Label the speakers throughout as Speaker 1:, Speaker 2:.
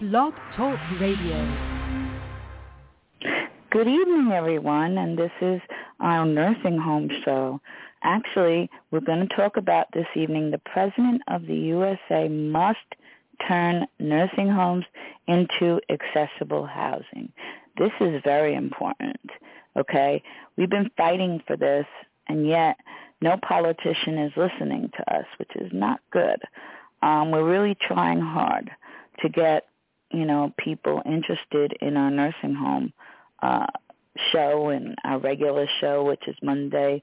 Speaker 1: Blog Talk Radio.
Speaker 2: Good evening, everyone, and this is our nursing home show. Actually, we're going to talk about this evening the President of the USA must turn nursing homes into accessible housing. This is very important, okay? We've been fighting for this, and yet no politician is listening to us, which is not good. Um, we're really trying hard to get, you know, people interested in our nursing home uh, show and our regular show, which is Monday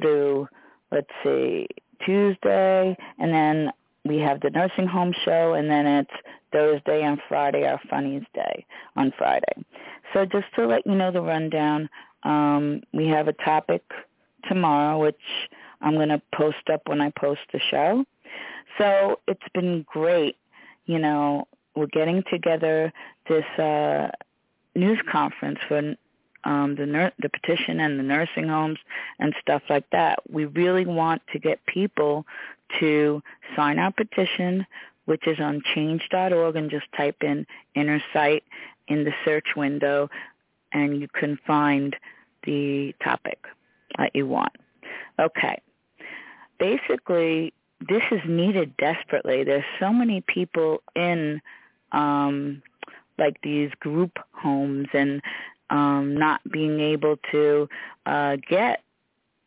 Speaker 2: through, let's see, Tuesday, and then we have the nursing home show, and then it's Thursday and Friday, our funnies day on Friday. So just to let you know the rundown, um, we have a topic tomorrow, which I'm going to post up when I post the show. So it's been great, you know, we're getting together this uh, news conference for um, the nur- the petition and the nursing homes and stuff like that. We really want to get people to sign our petition, which is on change.org, and just type in inner sight in the search window, and you can find the topic that you want. Okay. Basically, this is needed desperately. There's so many people in um, like these group homes and um not being able to uh get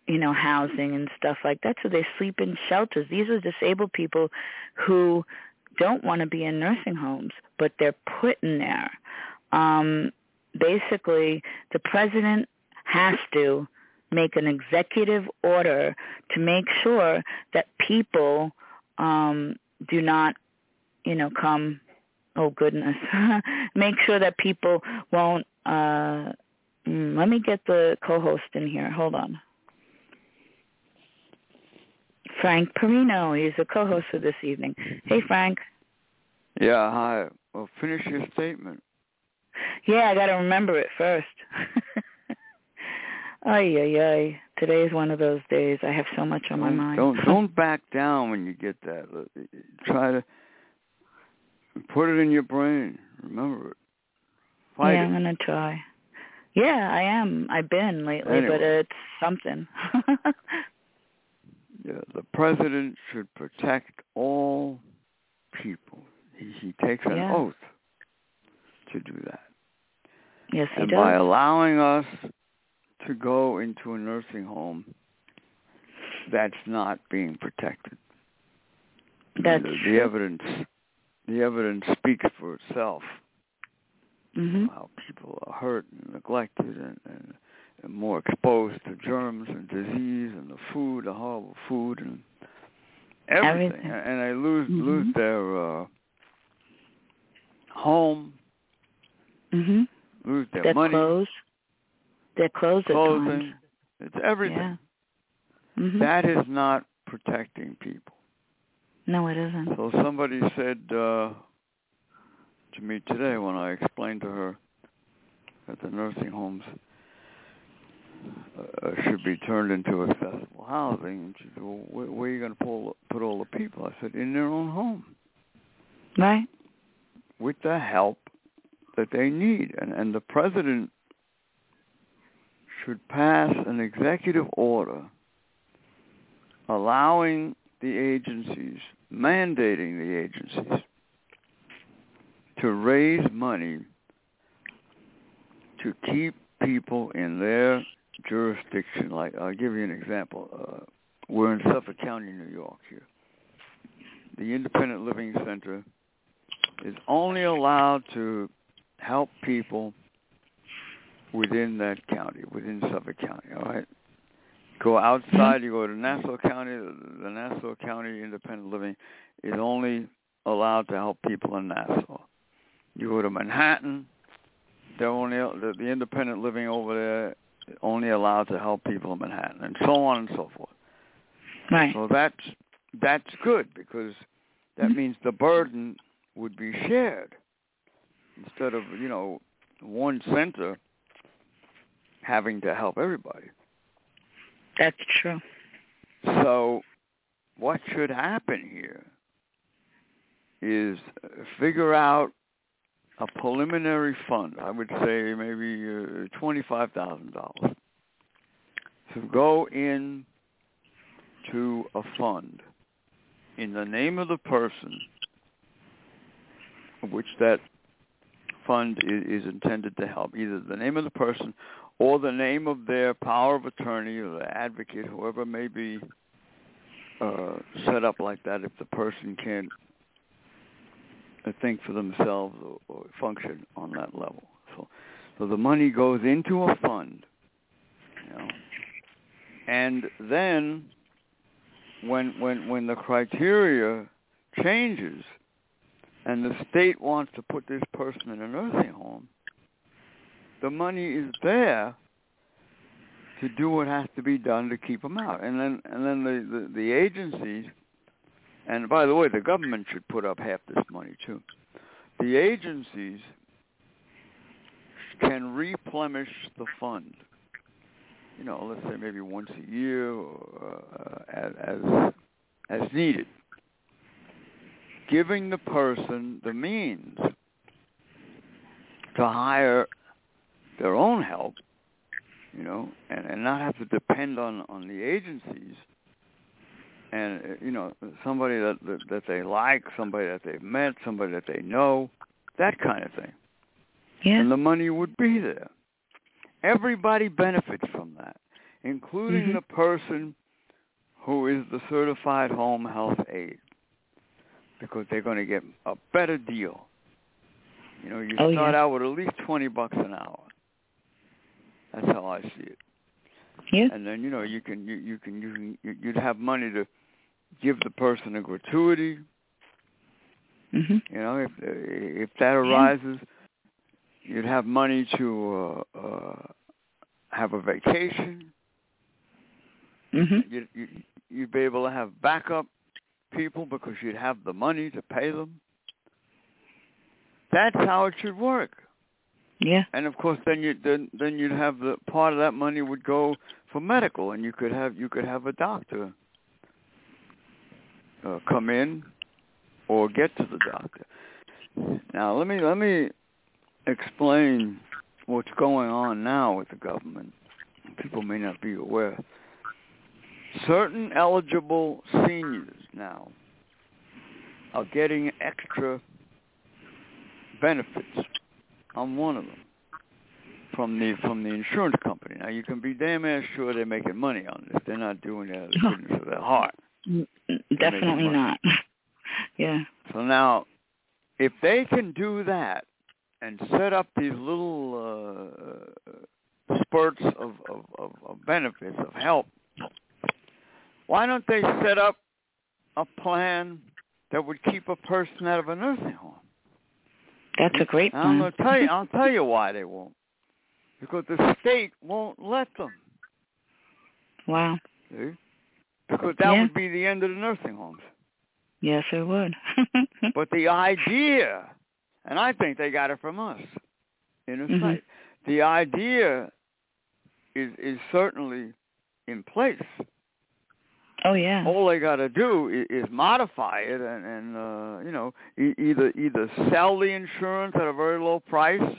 Speaker 2: you know housing and stuff like that so they sleep in shelters these are disabled people who don't want to be in nursing homes but they're put in there um basically the president has to make an executive order to make sure that people um do not you know come oh goodness make sure that people won't uh mm, let me get the co-host in here hold on frank perino he's the co-host for this evening hey frank
Speaker 3: Yeah, hi. Well, finish your statement.
Speaker 2: yeah i gotta remember it first ay ay ay today's one of those days i have so much on my
Speaker 3: Don't-
Speaker 2: mind
Speaker 3: Don't don't back down when you get that. Look, Try to put it in your brain. Remember it. Fight
Speaker 2: yeah
Speaker 3: it.
Speaker 2: i'm gonna try yeah i am i've been lately but
Speaker 3: Anyway.
Speaker 2: it's something
Speaker 3: Yeah, the president should protect all people. He, he takes an
Speaker 2: Yeah.
Speaker 3: oath to do that.
Speaker 2: yes he
Speaker 3: and by
Speaker 2: does
Speaker 3: allowing us to go into a nursing home that's not being protected
Speaker 2: that's
Speaker 3: the, the evidence the evidence speaks for itself
Speaker 2: hmm
Speaker 3: how people are hurt and neglected and, and, and more exposed to germs and disease and the food the horrible food and everything,
Speaker 2: Everything.
Speaker 3: And, and they lose
Speaker 2: Mhm.
Speaker 3: lose their uh home
Speaker 2: hmm
Speaker 3: lose their
Speaker 2: their
Speaker 3: money
Speaker 2: clothes. Their clothes at times.
Speaker 3: clothing it's everything
Speaker 2: Yeah. hmm
Speaker 3: That is not protecting people.
Speaker 2: no, it isn't.
Speaker 3: So somebody said uh, to me today when I explained to her that the nursing homes uh, should be turned into accessible housing, and she said, well, where, where are you going to pull, put all the people? I said, in their own home,
Speaker 2: Right?
Speaker 3: with the help that they need. And, and the president should pass an executive order allowing the agencies, mandating the agencies to raise money to keep people in their jurisdiction. Like I'll give you an example. Uh, we're in Suffolk County, New York here. The Independent Living Center is only allowed to help people within that county, within Suffolk County, all right? Go outside, you go to Nassau County, the Nassau County Independent Living is only allowed to help people in Nassau. You go to Manhattan, they're only the, the independent living over there only allowed to help people in Manhattan, and so on and so forth.
Speaker 2: Right.
Speaker 3: So that's that's good because that
Speaker 2: Mhm.
Speaker 3: means the burden would be shared instead of you know one center having to help everybody.
Speaker 2: That's true.
Speaker 3: So what should happen here is uh, figure out a preliminary fund. I would say maybe uh, twenty-five thousand dollars to go in to a fund in the name of the person which that fund is, is intended to help, either the name of the person or the name of their power of attorney or the advocate, whoever may be uh, set up like that if the person can't think for themselves or, or function on that level. So, so the money goes into a fund, you know, and then when when when the criteria changes and the state wants to put this person in a nursing home, the money is there to do what has to be done to keep them out. And then and then the the, the agencies and by the way, the government should put up half this money too. The agencies can replenish the fund. You know, let's say maybe once a year, or, uh, as as needed. Giving the person the means to hire their own help, you know, and, and not have to depend on on the agencies and uh, you know somebody that, that that they like, somebody that they've met, somebody that they know, that kind of thing.
Speaker 2: Yeah.
Speaker 3: And the money would be there. Everybody benefits from that, including
Speaker 2: Mhm.
Speaker 3: the person who is the certified home health aide, because they're going to get a better deal. You know, you
Speaker 2: Oh,
Speaker 3: start
Speaker 2: yeah.
Speaker 3: out with at least twenty bucks an hour. That's how I see it
Speaker 2: Yeah.
Speaker 3: and then you know you can you, you can you can you- you'd have money to give the person a gratuity
Speaker 2: Mhm.
Speaker 3: you know if eh, if that arises you'd have money to uh, uh have a vacation
Speaker 2: Mhm.
Speaker 3: you, you you'd be able to have backup people because you'd have the money to pay them that's how it should work
Speaker 2: Yeah.
Speaker 3: and of course then you then then you'd have the part of that money would go for medical and you could have you could have a doctor uh, come in or get to the doctor now let me let me explain what's going on now with the government people may not be aware certain eligible seniors now are getting extra benefits on one of them from the from the insurance company. Now you can be damn ass sure they're making money on this. They're not doing it out of the goodness of their heart.
Speaker 2: Mm, Definitely
Speaker 3: money.
Speaker 2: not. yeah.
Speaker 3: So now, if they can do that and set up these little uh, spurts of, of, of, of benefits of help, why don't they set up a plan that would keep a person out of a nursing home?
Speaker 2: That's a great
Speaker 3: And I'm
Speaker 2: one.
Speaker 3: gonna tell you. I'll tell you why they won't. Because the state won't let them.
Speaker 2: Wow.
Speaker 3: See? Because that
Speaker 2: Yeah.
Speaker 3: would be the end of the nursing homes.
Speaker 2: Yes, it would.
Speaker 3: But the idea, and I think they got it from us in a
Speaker 2: Mhm.
Speaker 3: site. The idea is is certainly in place.
Speaker 2: oh yeah.
Speaker 3: All they got to do is, is modify it, and, and uh, you know, e- either either sell the insurance at a very low price,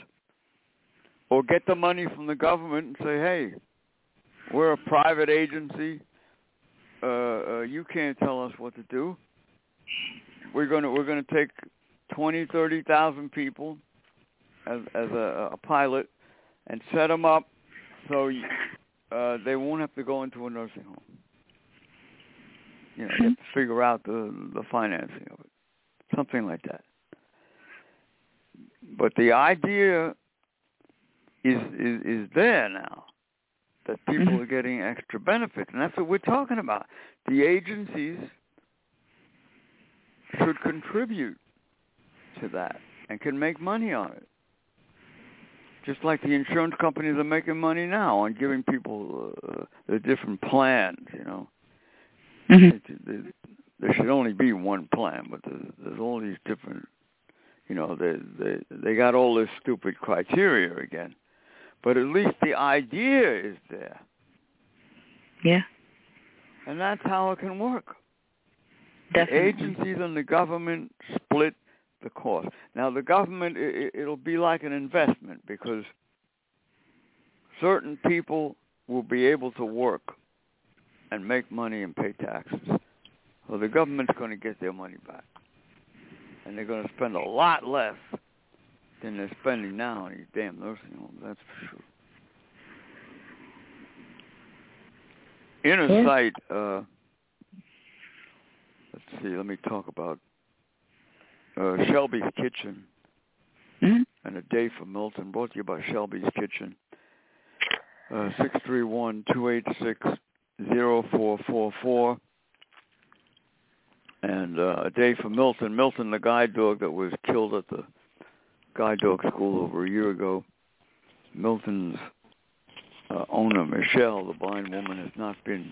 Speaker 3: or get the money from the government and say, hey, we're a private agency. Uh, uh, you can't tell us what to do. We're gonna we're gonna take twenty, thirty thousand people as as a, a pilot and set them up so you- uh, they won't have to go into a nursing home. You know, you have to figure out the the financing of it, something like that. But the idea is is, is there now that people
Speaker 2: Mhm.
Speaker 3: are getting extra benefits, and that's what we're talking about. The agencies should contribute to that and can make money on it. Just like the insurance companies are making money now on giving people uh, the different plans, you know.
Speaker 2: Mhm.
Speaker 3: It- it- there should only be one plan, but there's, there's all these different, you know, they they they got all this stupid criteria again. But at least the idea is there,
Speaker 2: Yeah.
Speaker 3: and that's how it can work. The
Speaker 2: Definitely.
Speaker 3: agencies and the government split the cost. Now the government, it, it'll be like an investment because certain people will be able to work and make money and pay taxes. So the government's going to get their money back. And they're going to spend a lot less than they're spending now on these damn nursing homes, that's for sure. Inner
Speaker 2: Yeah.
Speaker 3: sight, uh, let's see, let me talk about uh, Shelby's Kitchen
Speaker 2: Hmm?
Speaker 3: and A Day for Milton, brought to you by Shelby's Kitchen, uh, 631-286-0444. And uh, A Day for Milton, Milton the guide dog that was killed at the guide dog school over a year ago. Milton's uh, owner, Michelle, the blind woman, has not been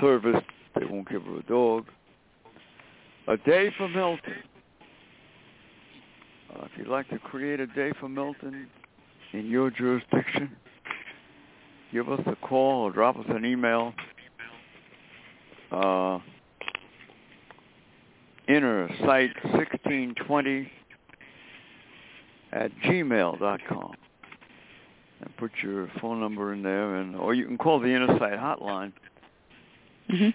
Speaker 3: serviced. They won't give her a dog. A day for Milton. Uh, if you'd like to create a day for Milton in your jurisdiction, give us a call or drop us an email. Uh, inner site 1620 at gmail.com and put your phone number in there and or you can call the Intersight hotline
Speaker 2: Mhm.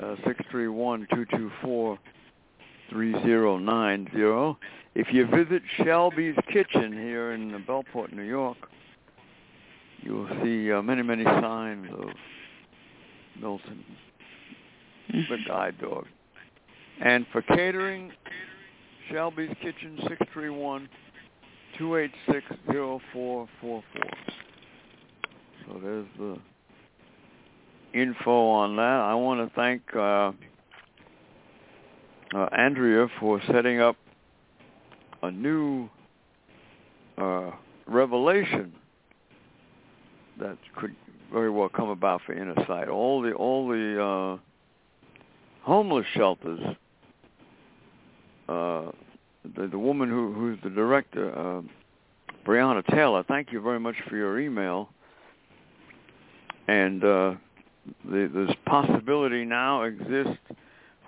Speaker 3: uh, 631-224-3090 if you visit Shelby's Kitchen here in Bellport, New York you will see uh, many many signs of Milton the guide dog and for catering Shelby's Kitchen 631 286-0444. So there's the info on that. I want to thank uh, uh, Andrea for setting up a new uh, revelation that could very well come about for Inner Sight. All the all the uh, homeless shelters. Uh, the, the woman who, who's the director, uh, Brianna Taylor, thank you very much for your email. And uh, the, this possibility now exists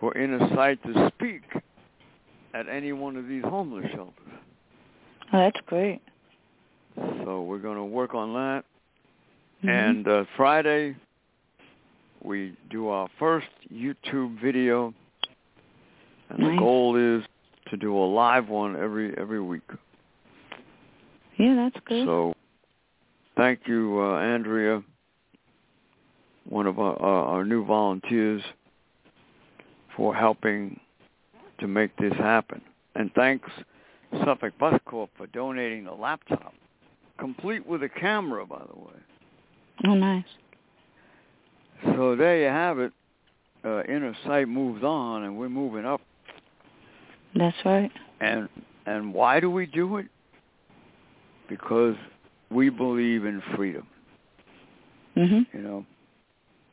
Speaker 3: for Inner Sight to speak at any one of these homeless shelters.
Speaker 2: Oh, that's great.
Speaker 3: So we're going to work on that.
Speaker 2: Mhm.
Speaker 3: And uh, Friday, we do our first YouTube video. And the
Speaker 2: Nice.
Speaker 3: goal is to do a live one every every week.
Speaker 2: yeah, that's good.
Speaker 3: So, thank you, uh, Andrea, one of our, our, our new volunteers, for helping to make this happen. And thanks, Suffolk Bus Corp, for donating the laptop, complete with a camera, by the way.
Speaker 2: oh, nice.
Speaker 3: So there you have it. Uh, Inner Sight moves on, and we're moving up.
Speaker 2: That's right.
Speaker 3: And and why do we do it? Because we believe in freedom.
Speaker 2: Mhm.
Speaker 3: you know.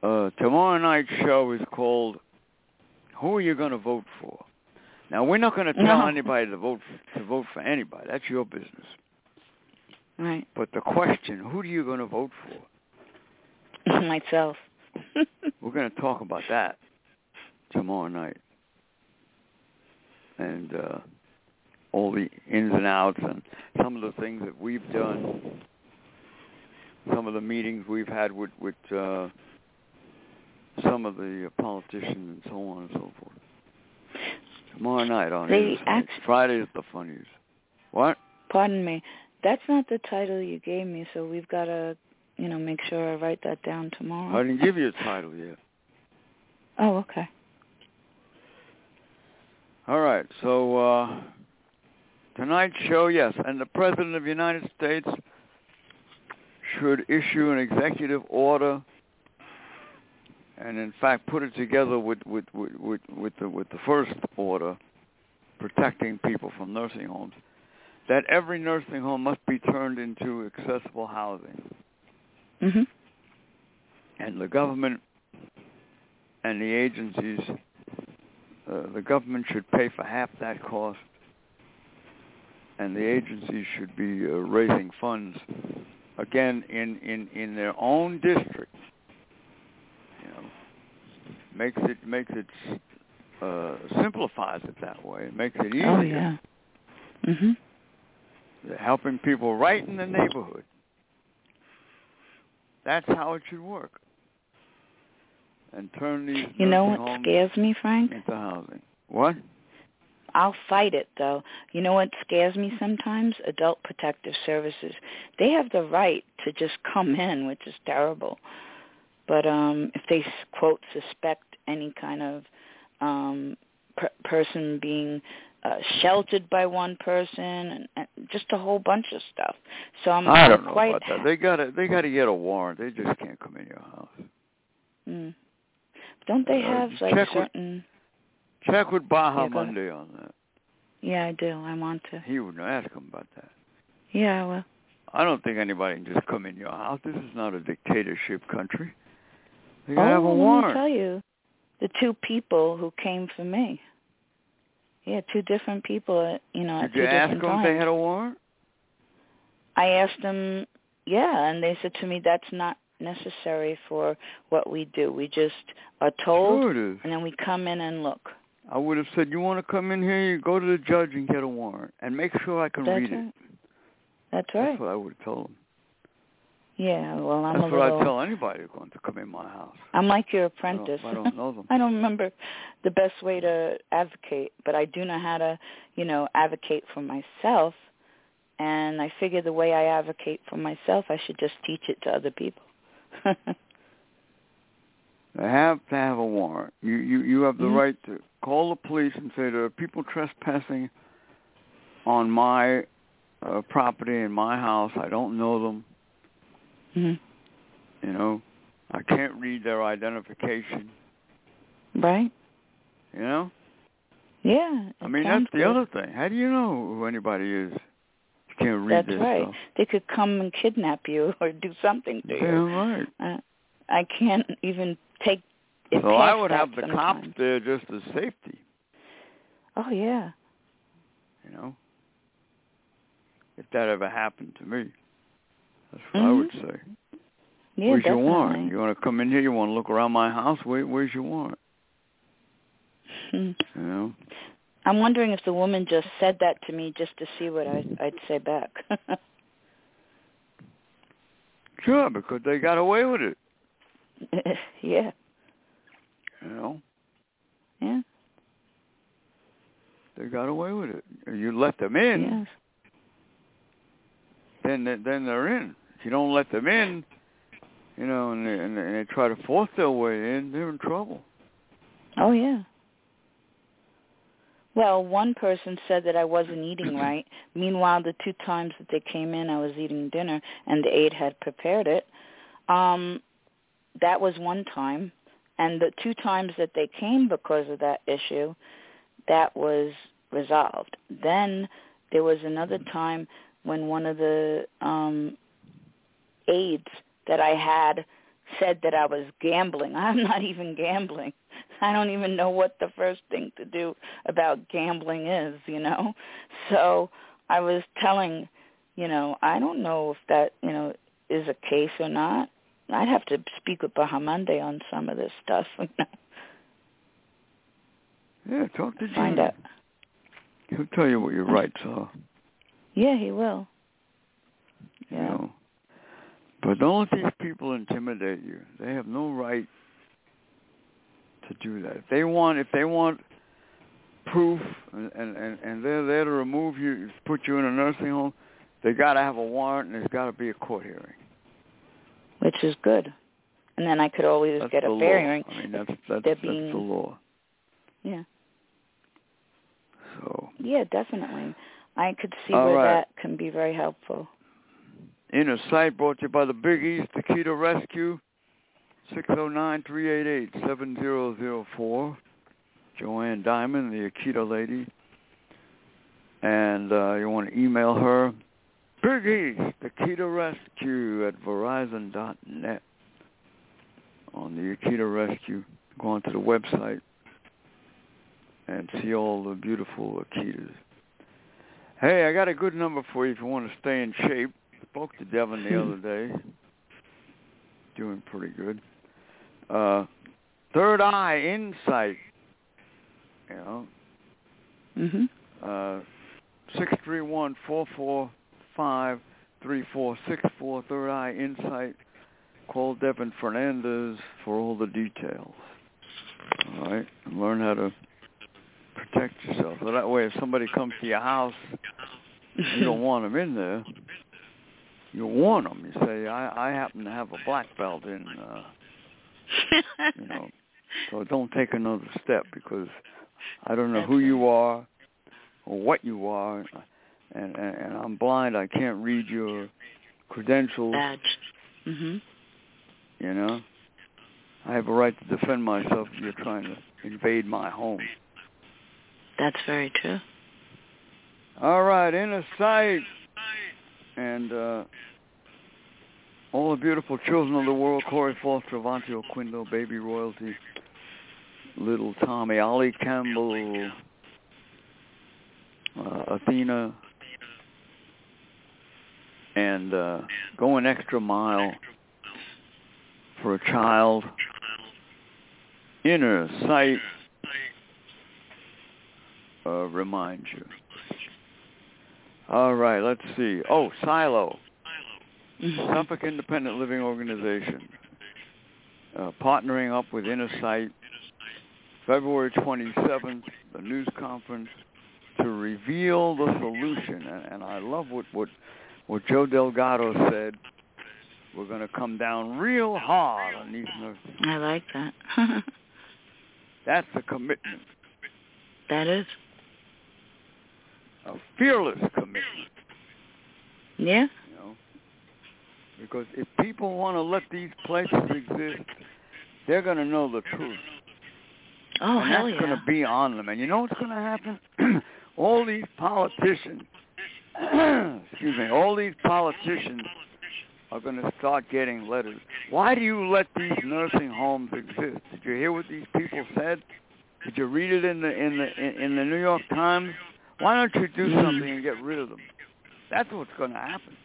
Speaker 3: Uh, tomorrow night's show is called "Who Are You Going to Vote For?" Now we're not going to tell
Speaker 2: No.
Speaker 3: anybody to vote to vote for anybody. That's your business.
Speaker 2: Right.
Speaker 3: But the question, who are you going to vote for?
Speaker 2: Myself.
Speaker 3: We're going to talk about that tomorrow night, and uh, all the ins and outs, and some of the things that we've done, some of the meetings we've had with with uh, some of the politicians, and so on and so forth. Tomorrow night on
Speaker 2: They
Speaker 3: Insight.
Speaker 2: act-
Speaker 3: Friday is the funnies. What?
Speaker 2: Pardon me. That's not the title you gave me, so we've got to, you know, make sure I write that down tomorrow.
Speaker 3: I didn't give you a title yet.
Speaker 2: Oh, okay.
Speaker 3: All right. So uh, tonight's show, yes, and the President of the United States should issue an executive order, and in fact, put it together with with with with, with the with the first order, protecting people from nursing homes, that every nursing home must be turned into accessible housing,
Speaker 2: Mhm.
Speaker 3: and the government and the agencies. Uh, the government should pay for half that cost, and the agencies should be uh, raising funds again in in in their own district. You know, makes it makes it uh, simplifies it that way. It makes it easier.
Speaker 2: Oh yeah. Mhm.
Speaker 3: They're helping people right in the neighborhood. That's how it should work. And turn these
Speaker 2: You know
Speaker 3: nursing
Speaker 2: what
Speaker 3: homes
Speaker 2: scares me, Frank?
Speaker 3: into housing. What?
Speaker 2: I'll fight it though. You know what scares me sometimes? Adult protective services. They have the right to just come in, which is terrible. But um if they quote suspect any kind of um per- person being uh, sheltered by one person and, and just a whole bunch of stuff. So I'm
Speaker 3: I
Speaker 2: I'm
Speaker 3: don't know
Speaker 2: quite
Speaker 3: about that. They gotta they gotta get a warrant. They just can't come in your house.
Speaker 2: Mm. Don't they
Speaker 3: Uh,
Speaker 2: have like
Speaker 3: check with-
Speaker 2: certain?
Speaker 3: Check with Baja
Speaker 2: Yeah, go ahead.
Speaker 3: Monday on that.
Speaker 2: Yeah, I do. I want to.
Speaker 3: He would ask him about that.
Speaker 2: Yeah, I will.
Speaker 3: I don't think anybody can just come in your house. This is not a dictatorship country. They gotta have a
Speaker 2: oh, let me
Speaker 3: warrant.
Speaker 2: tell you, the two people who came for me. Yeah, two different people. At, you know, at
Speaker 3: Did you
Speaker 2: two
Speaker 3: ask
Speaker 2: different
Speaker 3: them if
Speaker 2: times.
Speaker 3: they had a warrant?
Speaker 2: I asked them. Yeah, and they said to me, "That's not necessary for what we do. We just are told,
Speaker 3: Sure it is.
Speaker 2: and then we come in and look."
Speaker 3: I would have said, "You want to come in here? You go to the judge and get a warrant, and make sure I can
Speaker 2: That's
Speaker 3: read
Speaker 2: right.
Speaker 3: it."
Speaker 2: That's right.
Speaker 3: That's what I would have told him.
Speaker 2: yeah. Well, I'm
Speaker 3: That's
Speaker 2: a
Speaker 3: what I
Speaker 2: little.
Speaker 3: would tell anybody who's going to come in my house.
Speaker 2: I'm like your
Speaker 3: I don't-
Speaker 2: apprentice.
Speaker 3: I don't know them.
Speaker 2: I don't remember the best way to advocate, but I do know how to, you know, advocate for myself. And I figure the way I advocate for myself, I should just teach it to other people.
Speaker 3: They have to have a warrant. You you you have the
Speaker 2: Mhm.
Speaker 3: right to call the police and say there are people trespassing on my uh, property in my house. I don't know them.
Speaker 2: Mhm.
Speaker 3: You know, I can't read their identification.
Speaker 2: Right?
Speaker 3: You know,
Speaker 2: Yeah.
Speaker 3: I
Speaker 2: it
Speaker 3: mean that's
Speaker 2: sounds
Speaker 3: the
Speaker 2: good.
Speaker 3: other thing. How do you know who anybody is? You can't read
Speaker 2: That's
Speaker 3: this
Speaker 2: right.
Speaker 3: stuff.
Speaker 2: They could come and kidnap you or do something to you.
Speaker 3: Damn right.
Speaker 2: Uh, I can't even take it
Speaker 3: So I
Speaker 2: past
Speaker 3: would
Speaker 2: that
Speaker 3: have the cops
Speaker 2: sometimes.
Speaker 3: there just as safety.
Speaker 2: Oh yeah.
Speaker 3: You know, if that ever happened to me, that's what I would
Speaker 2: Mhm.
Speaker 3: say.
Speaker 2: Yeah,
Speaker 3: Where's
Speaker 2: definitely.
Speaker 3: your warrant? You want to come in here? You want to look around my house? Where, where's your warrant?
Speaker 2: Mhm.
Speaker 3: You know,
Speaker 2: I'm wondering if the woman just said that to me just to see what I, I'd say back.
Speaker 3: sure, because they got away with it.
Speaker 2: yeah,
Speaker 3: You know,
Speaker 2: yeah,
Speaker 3: they got away with it. You let them in,
Speaker 2: yes,
Speaker 3: then they, then they're in. If you don't let them in, you know, and they, and they, and they try to force their way in, they're in trouble.
Speaker 2: oh yeah. Well, one person said that I wasn't eating right. Meanwhile, the two times that they came in, I was eating dinner, and the aide had prepared it. Um, that was one time, and the two times that they came because of that issue, that was resolved. Then there was another time when one of the um aides that I had said that I was gambling. I'm not even gambling. I don't even know what the first thing to do about gambling is, you know. So I was telling, you know, I don't know if that, you know, is a case or not. I'd have to speak with Bahamande on some of this stuff. you know,
Speaker 3: Yeah, talk to
Speaker 2: Find
Speaker 3: Jimmy.
Speaker 2: out.
Speaker 3: He'll tell you what your rights are.
Speaker 2: Yeah, he will.
Speaker 3: You
Speaker 2: Yeah.
Speaker 3: know, but don't let these people intimidate you. They have no right to do that. If they want, if they want proof, and and and and they're there to remove you, put you in a nursing home, they got to have a warrant and there's got to be a court hearing.
Speaker 2: Which is good. And then I could always
Speaker 3: That's
Speaker 2: get
Speaker 3: the
Speaker 2: a
Speaker 3: law.
Speaker 2: fair hearing.
Speaker 3: I mean, that's that's,
Speaker 2: they're
Speaker 3: that's
Speaker 2: being-
Speaker 3: the law.
Speaker 2: Yeah.
Speaker 3: So
Speaker 2: Yeah, definitely. I could see
Speaker 3: All
Speaker 2: where
Speaker 3: right.
Speaker 2: that can be very helpful.
Speaker 3: Inner Sight brought to you by the Big East Taquito Rescue, 609-388-7004. Joanne Diamond, the Akita lady. And uh, you want to email her, Big East Akita Rescue at Verizon dot net. on the Akita Rescue. Go onto the website and see all the beautiful Akitas. Hey, I got a good number for you if you want to stay in shape. Spoke to Devin the other day. Doing pretty good. Uh, Third Eye Insight you know.
Speaker 2: Mhm.
Speaker 3: Uh, 631-445-3464, Third Eye Insight. Call Devin Fernandez for all the details. All right? And learn how to protect yourself. So that way if somebody comes to your house, you don't want them in there. You warn them. You say, I, I happen to have a black belt in, uh, you know, so don't take another step because I don't know who you are or what you are, and, and, and I'm blind. I can't read your credentials.
Speaker 2: Badge.
Speaker 3: Mm-hmm.
Speaker 2: Mhm.
Speaker 3: You know, I have a right to defend myself. If you're trying to invade my home.
Speaker 2: That's very true.
Speaker 3: All right, inner sight, and uh, all the beautiful children of the world: Corey Foster, Avanti Oquindo, Baby Royalty, Little Tommy, Ollie Campbell, uh, Athena, and uh, go an extra mile for a child. Inner sight uh, reminds you. All right, let's see. Oh, Silo, Suffolk Independent Living Organization, uh, partnering up with Inner Sight, February 27th, the news conference to reveal the solution. And, and I love what, what what Joe Delgado said. We're going to come down real hard on these nurses.
Speaker 2: I like that.
Speaker 3: That's a commitment,
Speaker 2: that is.
Speaker 3: a fearless commitment.
Speaker 2: Yeah.
Speaker 3: You know, because if people want to let these places exist, they're going to know the truth.
Speaker 2: Oh
Speaker 3: and
Speaker 2: hell
Speaker 3: that's
Speaker 2: yeah.
Speaker 3: going to be on them. And you know what's going to happen? all these politicians, excuse me, all these politicians are going to start getting letters. Why do you let these nursing homes exist? Did you hear what these people said? Did you read it in the in the in, in the New York Times? Why don't you do
Speaker 2: Mhm.
Speaker 3: something and get rid of them? That's what's going to happen.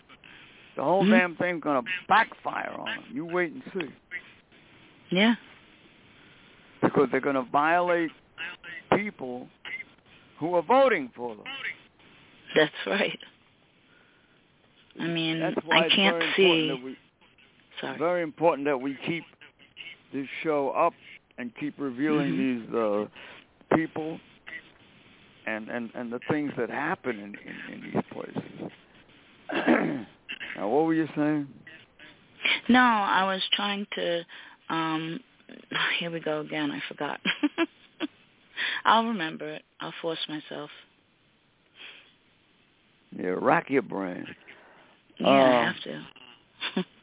Speaker 3: The whole
Speaker 2: Mhm.
Speaker 3: damn thing's going to backfire on them. You wait and see
Speaker 2: yeah.
Speaker 3: because they're going to violate people who are voting for them.
Speaker 2: That's right. I mean,
Speaker 3: That's why
Speaker 2: I
Speaker 3: it's
Speaker 2: can't
Speaker 3: very
Speaker 2: see.
Speaker 3: important that we
Speaker 2: Sorry.
Speaker 3: very important that we keep this show up and keep revealing
Speaker 2: Mhm.
Speaker 3: these uh, people and, and and the things that happen in in, in these places. now, what were you saying?
Speaker 2: No, I was trying to. um Here we go again. I forgot. I'll remember it. I'll force myself.
Speaker 3: Yeah, rack your brain.
Speaker 2: Yeah,
Speaker 3: Oh.
Speaker 2: I have to.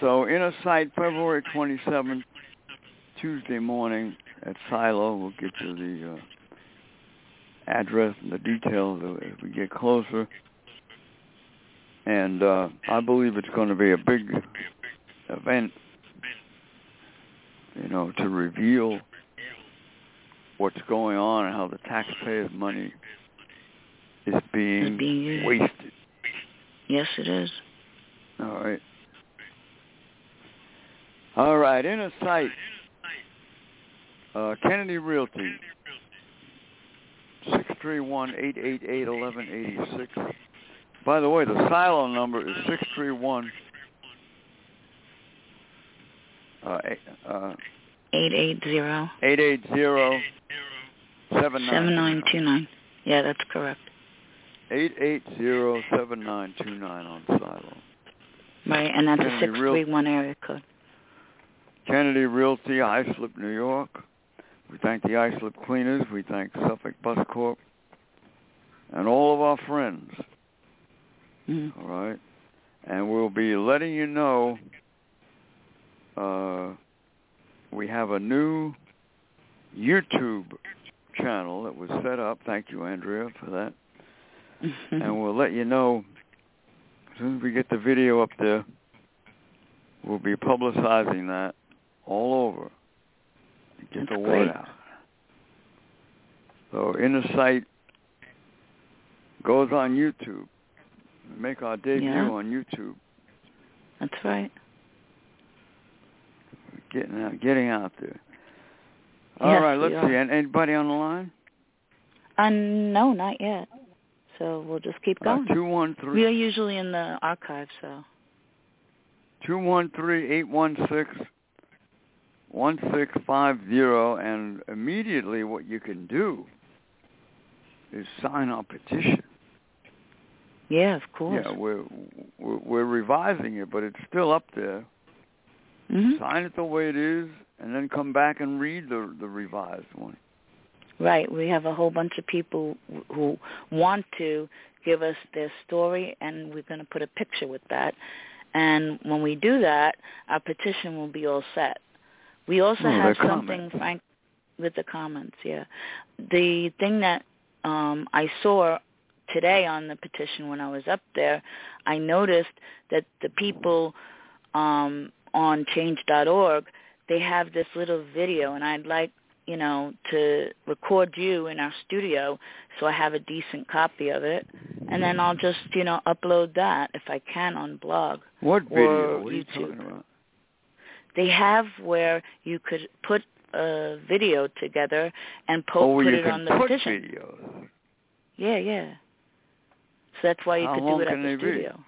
Speaker 3: So Inner Sight, February 27th, Tuesday morning at Silo. We'll get to the uh, address and the details as we get closer. And uh, I believe it's going to be a big event, you know, to reveal what's going on and how the taxpayers' money is being
Speaker 2: Being used.
Speaker 3: wasted.
Speaker 2: Yes, it is.
Speaker 3: All right. All right, inner sight. Uh, Kennedy Realty. Six three one eight eight eight eleven eighty six. By the way, the silo number is six three one. Uh,
Speaker 2: Eight eight zero
Speaker 3: eight eight zero seven
Speaker 2: seven nine two nine. Yeah, that's correct.
Speaker 3: eight eight zero seven nine two nine on silo.
Speaker 2: Right, and that's
Speaker 3: Gonna
Speaker 2: a
Speaker 3: be
Speaker 2: six
Speaker 3: real-
Speaker 2: three one area code.
Speaker 3: Kennedy Realty, Islip, New York. We thank the Islip Cleaners. We thank Suffolk Bus Corp. And all of our friends.
Speaker 2: Mhm.
Speaker 3: All right. And we'll be letting you know uh, we have a new YouTube channel that was set up. Thank you, Andrea, for that.
Speaker 2: Mm-hmm.
Speaker 3: And we'll let you know as soon as we get the video up there. We'll be publicizing that all over. Get
Speaker 2: That's
Speaker 3: the word
Speaker 2: great.
Speaker 3: out. So Inner Sight goes on YouTube. We make our debut
Speaker 2: Yeah.
Speaker 3: on YouTube.
Speaker 2: That's right.
Speaker 3: Getting out, getting out there. All
Speaker 2: Yes,
Speaker 3: right,
Speaker 2: we
Speaker 3: let's
Speaker 2: are.
Speaker 3: see. And anybody on the line?
Speaker 2: Uh, no, not yet. So we'll just keep going.
Speaker 3: Uh, Two one
Speaker 2: we
Speaker 3: three
Speaker 2: are usually in the archive, so.
Speaker 3: two one three eight one six one six five zero. And immediately, what you can do is sign our petition.
Speaker 2: Yeah, of course.
Speaker 3: Yeah, we're we're, we're revising it, but it's still up there.
Speaker 2: Mhm.
Speaker 3: Sign it the way it is, and then come back and read the the revised one.
Speaker 2: Right. We have a whole bunch of people wh- who want to give us their story, and we're going to put a picture with that. And when we do that, our petition will be all set. We also
Speaker 3: Oh,
Speaker 2: have
Speaker 3: the
Speaker 2: something,
Speaker 3: comments.
Speaker 2: Frank, with the comments. Yeah, the thing that um, I saw today on the petition when I was up there, I noticed that the people um, on Change.org they have this little video, and I'd like you know, to record you in our studio so I have a decent copy of it. And then I'll just, you know, upload that if I can on blog.
Speaker 3: What video?
Speaker 2: Or
Speaker 3: What are you
Speaker 2: YouTube.
Speaker 3: talking about?
Speaker 2: They have where you could put a video together and po-
Speaker 3: oh, well,
Speaker 2: put
Speaker 3: you
Speaker 2: it
Speaker 3: can
Speaker 2: on the
Speaker 3: put
Speaker 2: petition.
Speaker 3: videos.
Speaker 2: Yeah, yeah. So that's why you
Speaker 3: How
Speaker 2: could
Speaker 3: long
Speaker 2: do it
Speaker 3: can
Speaker 2: at
Speaker 3: they
Speaker 2: the
Speaker 3: be?
Speaker 2: studio.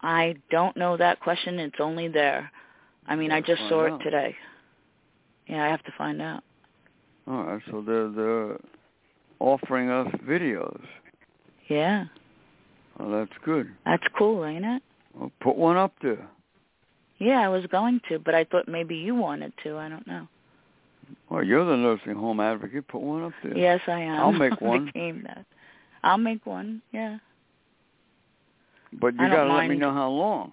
Speaker 2: I don't know that question. It's only there. I mean, I
Speaker 3: Gotta
Speaker 2: just
Speaker 3: find
Speaker 2: saw
Speaker 3: out.
Speaker 2: it today. Yeah, I have to find out.
Speaker 3: All right, so they're they're offering us videos.
Speaker 2: Yeah,
Speaker 3: Well, that's good.
Speaker 2: that's cool, ain't it?
Speaker 3: Well, put one up there.
Speaker 2: Yeah, I was going to, but I thought maybe you wanted to. I don't know.
Speaker 3: Well, you're the nursing home advocate. Put one up there.
Speaker 2: Yes, I am.
Speaker 3: I'll make
Speaker 2: I
Speaker 3: one.
Speaker 2: became that. I'll make one. Yeah.
Speaker 3: But you
Speaker 2: I don't
Speaker 3: gotta let me
Speaker 2: mind.
Speaker 3: know how long.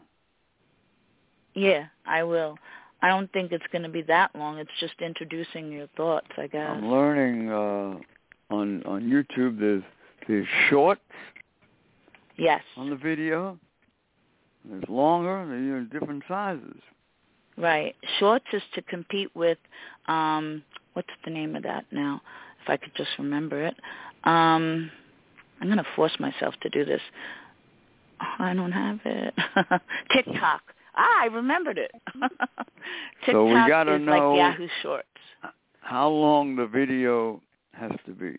Speaker 2: Yeah, I will. I don't think it's going to be that long. It's just introducing your thoughts, I guess.
Speaker 3: I'm learning uh, on on YouTube. There's there's shorts
Speaker 2: Yes.
Speaker 3: on the video. There's longer. They're in different sizes.
Speaker 2: Right. Shorts is to compete with um what's the name of that now? If I could just remember it. Um I'm going to force myself to do this. Oh, I don't have it. TikTok. Ah, I remembered it. TikTok
Speaker 3: So we gotta
Speaker 2: is
Speaker 3: know-
Speaker 2: like Yahoo Shorts.
Speaker 3: How long the video has to be?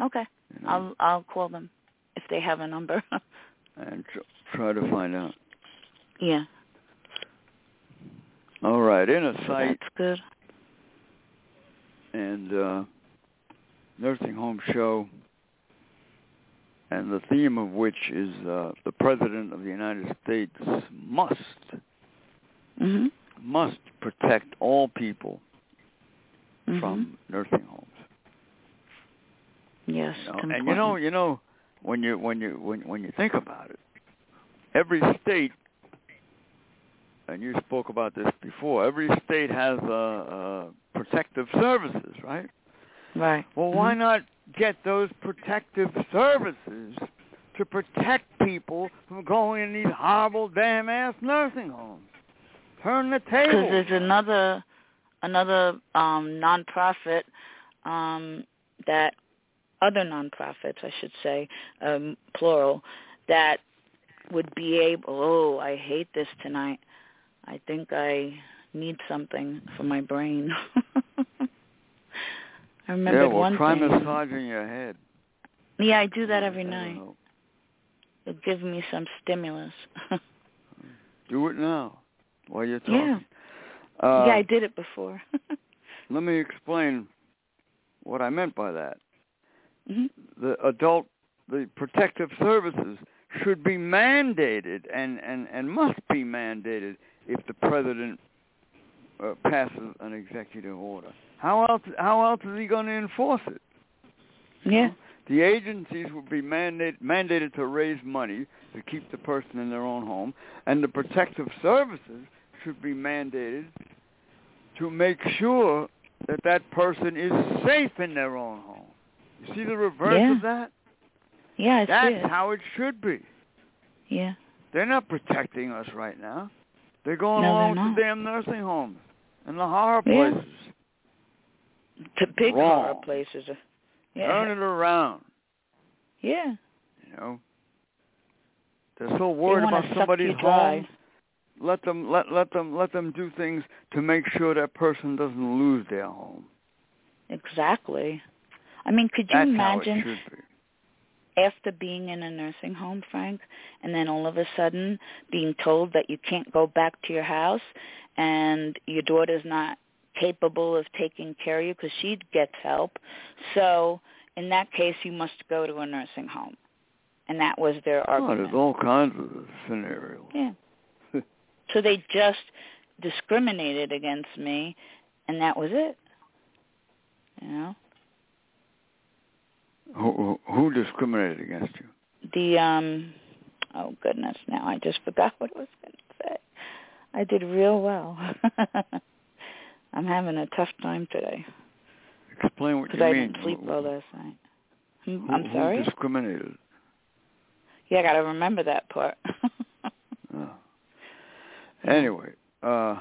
Speaker 2: Okay.
Speaker 3: you know,
Speaker 2: I'll I'll call them if they have a number.
Speaker 3: and tr- try to find out.
Speaker 2: yeah.
Speaker 3: All right, in a
Speaker 2: so
Speaker 3: site
Speaker 2: That's good.
Speaker 3: and uh, nursing home show, and the theme of which is uh, the President of the United States must
Speaker 2: Mhm.
Speaker 3: must protect all people
Speaker 2: Mhm.
Speaker 3: from nursing homes.
Speaker 2: Mm-hmm. Yes.
Speaker 3: you know?
Speaker 2: it's
Speaker 3: And you know,
Speaker 2: important.
Speaker 3: you know, when you when you when when you think about it, every state, and you spoke about this before, every state has uh, uh, protective services, right?
Speaker 2: Right.
Speaker 3: Well, why
Speaker 2: Mhm.
Speaker 3: not get those protective services to protect people from going in these horrible damn ass nursing homes? Turn the
Speaker 2: because
Speaker 3: table.
Speaker 2: there's another another um nonprofit um that other nonprofits I should say um plural that would be able oh I hate this tonight I think I need something for my brain I remember
Speaker 3: yeah, well,
Speaker 2: one
Speaker 3: try
Speaker 2: thing
Speaker 3: massaging your head.
Speaker 2: yeah I do that every
Speaker 3: That'll
Speaker 2: night
Speaker 3: help.
Speaker 2: it'll give me some stimulus
Speaker 3: Uh, Do it now while you're
Speaker 2: yeah
Speaker 3: talking. Uh,
Speaker 2: yeah I did it before
Speaker 3: let me explain what I meant by that.
Speaker 2: Mhm.
Speaker 3: The adult, the protective services should be mandated and, and, and must be mandated if the president uh, passes an executive order. How else, how else is he going to enforce it?
Speaker 2: yeah
Speaker 3: The agencies would be mandate, mandated to raise money to keep the person in their own home, and the protective services should be mandated to make sure that that person is safe in their own home. You see the reverse
Speaker 2: Yeah.
Speaker 3: of that?
Speaker 2: yeah it's
Speaker 3: That's
Speaker 2: good
Speaker 3: how it should be.
Speaker 2: yeah
Speaker 3: They're not protecting us right now. They're going
Speaker 2: No,
Speaker 3: along
Speaker 2: they're
Speaker 3: with the damn nursing homes and the horror
Speaker 2: Yeah.
Speaker 3: places.
Speaker 2: to big
Speaker 3: Wrong.
Speaker 2: horror places.
Speaker 3: Turn
Speaker 2: Yeah.
Speaker 3: it around,
Speaker 2: Yeah.
Speaker 3: you know. They're so worried
Speaker 2: wanna
Speaker 3: about
Speaker 2: suck
Speaker 3: somebody's
Speaker 2: you dry.
Speaker 3: home. let them let let them let them do things to make sure that person doesn't lose their home.
Speaker 2: Exactly. I mean, could you
Speaker 3: That's
Speaker 2: imagine
Speaker 3: how it should be.
Speaker 2: after being in a nursing home, Frank, and then all of a sudden being told that you can't go back to your house and your daughter's not capable of taking care of you because she gets help. So in that case, you must go to a nursing home. And that was their
Speaker 3: Oh, there's
Speaker 2: argument.
Speaker 3: all kinds of scenarios.
Speaker 2: Yeah. so they just discriminated against me, and that was it. You know?
Speaker 3: Who, who who discriminated against you?
Speaker 2: the um oh goodness now i just forgot what i was going to say i did real well i'm having a tough time today
Speaker 3: Explain what
Speaker 2: because
Speaker 3: you
Speaker 2: i
Speaker 3: mean.
Speaker 2: didn't sleep
Speaker 3: Who-
Speaker 2: well last night Hmm,
Speaker 3: who-
Speaker 2: i'm
Speaker 3: who
Speaker 2: sorry
Speaker 3: discriminated.
Speaker 2: yeah i gotta remember that part
Speaker 3: Uh, anyway, uh,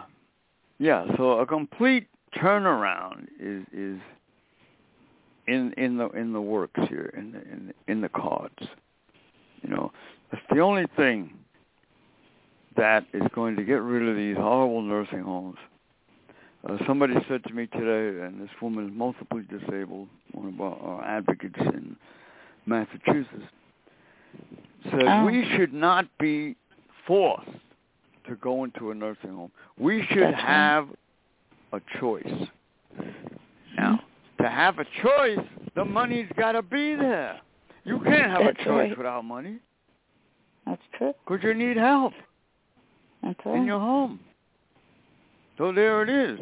Speaker 3: yeah. So a complete turnaround is is in in the in the works here in the, in the, in the cards. You know, that's the only thing that is going to get rid of these horrible nursing homes. Uh, somebody said to me today, and this woman is multiply disabled, one of our, our advocates in Massachusetts, said
Speaker 2: Oh.
Speaker 3: we should not be forced to go into a nursing home. We should
Speaker 2: That's right.
Speaker 3: have a choice. Now, to have a choice, the money's got to be there. You can't have
Speaker 2: That's
Speaker 3: a choice
Speaker 2: right.
Speaker 3: without money
Speaker 2: that's true
Speaker 3: because you need help
Speaker 2: that's
Speaker 3: in
Speaker 2: right
Speaker 3: your home. So there it is.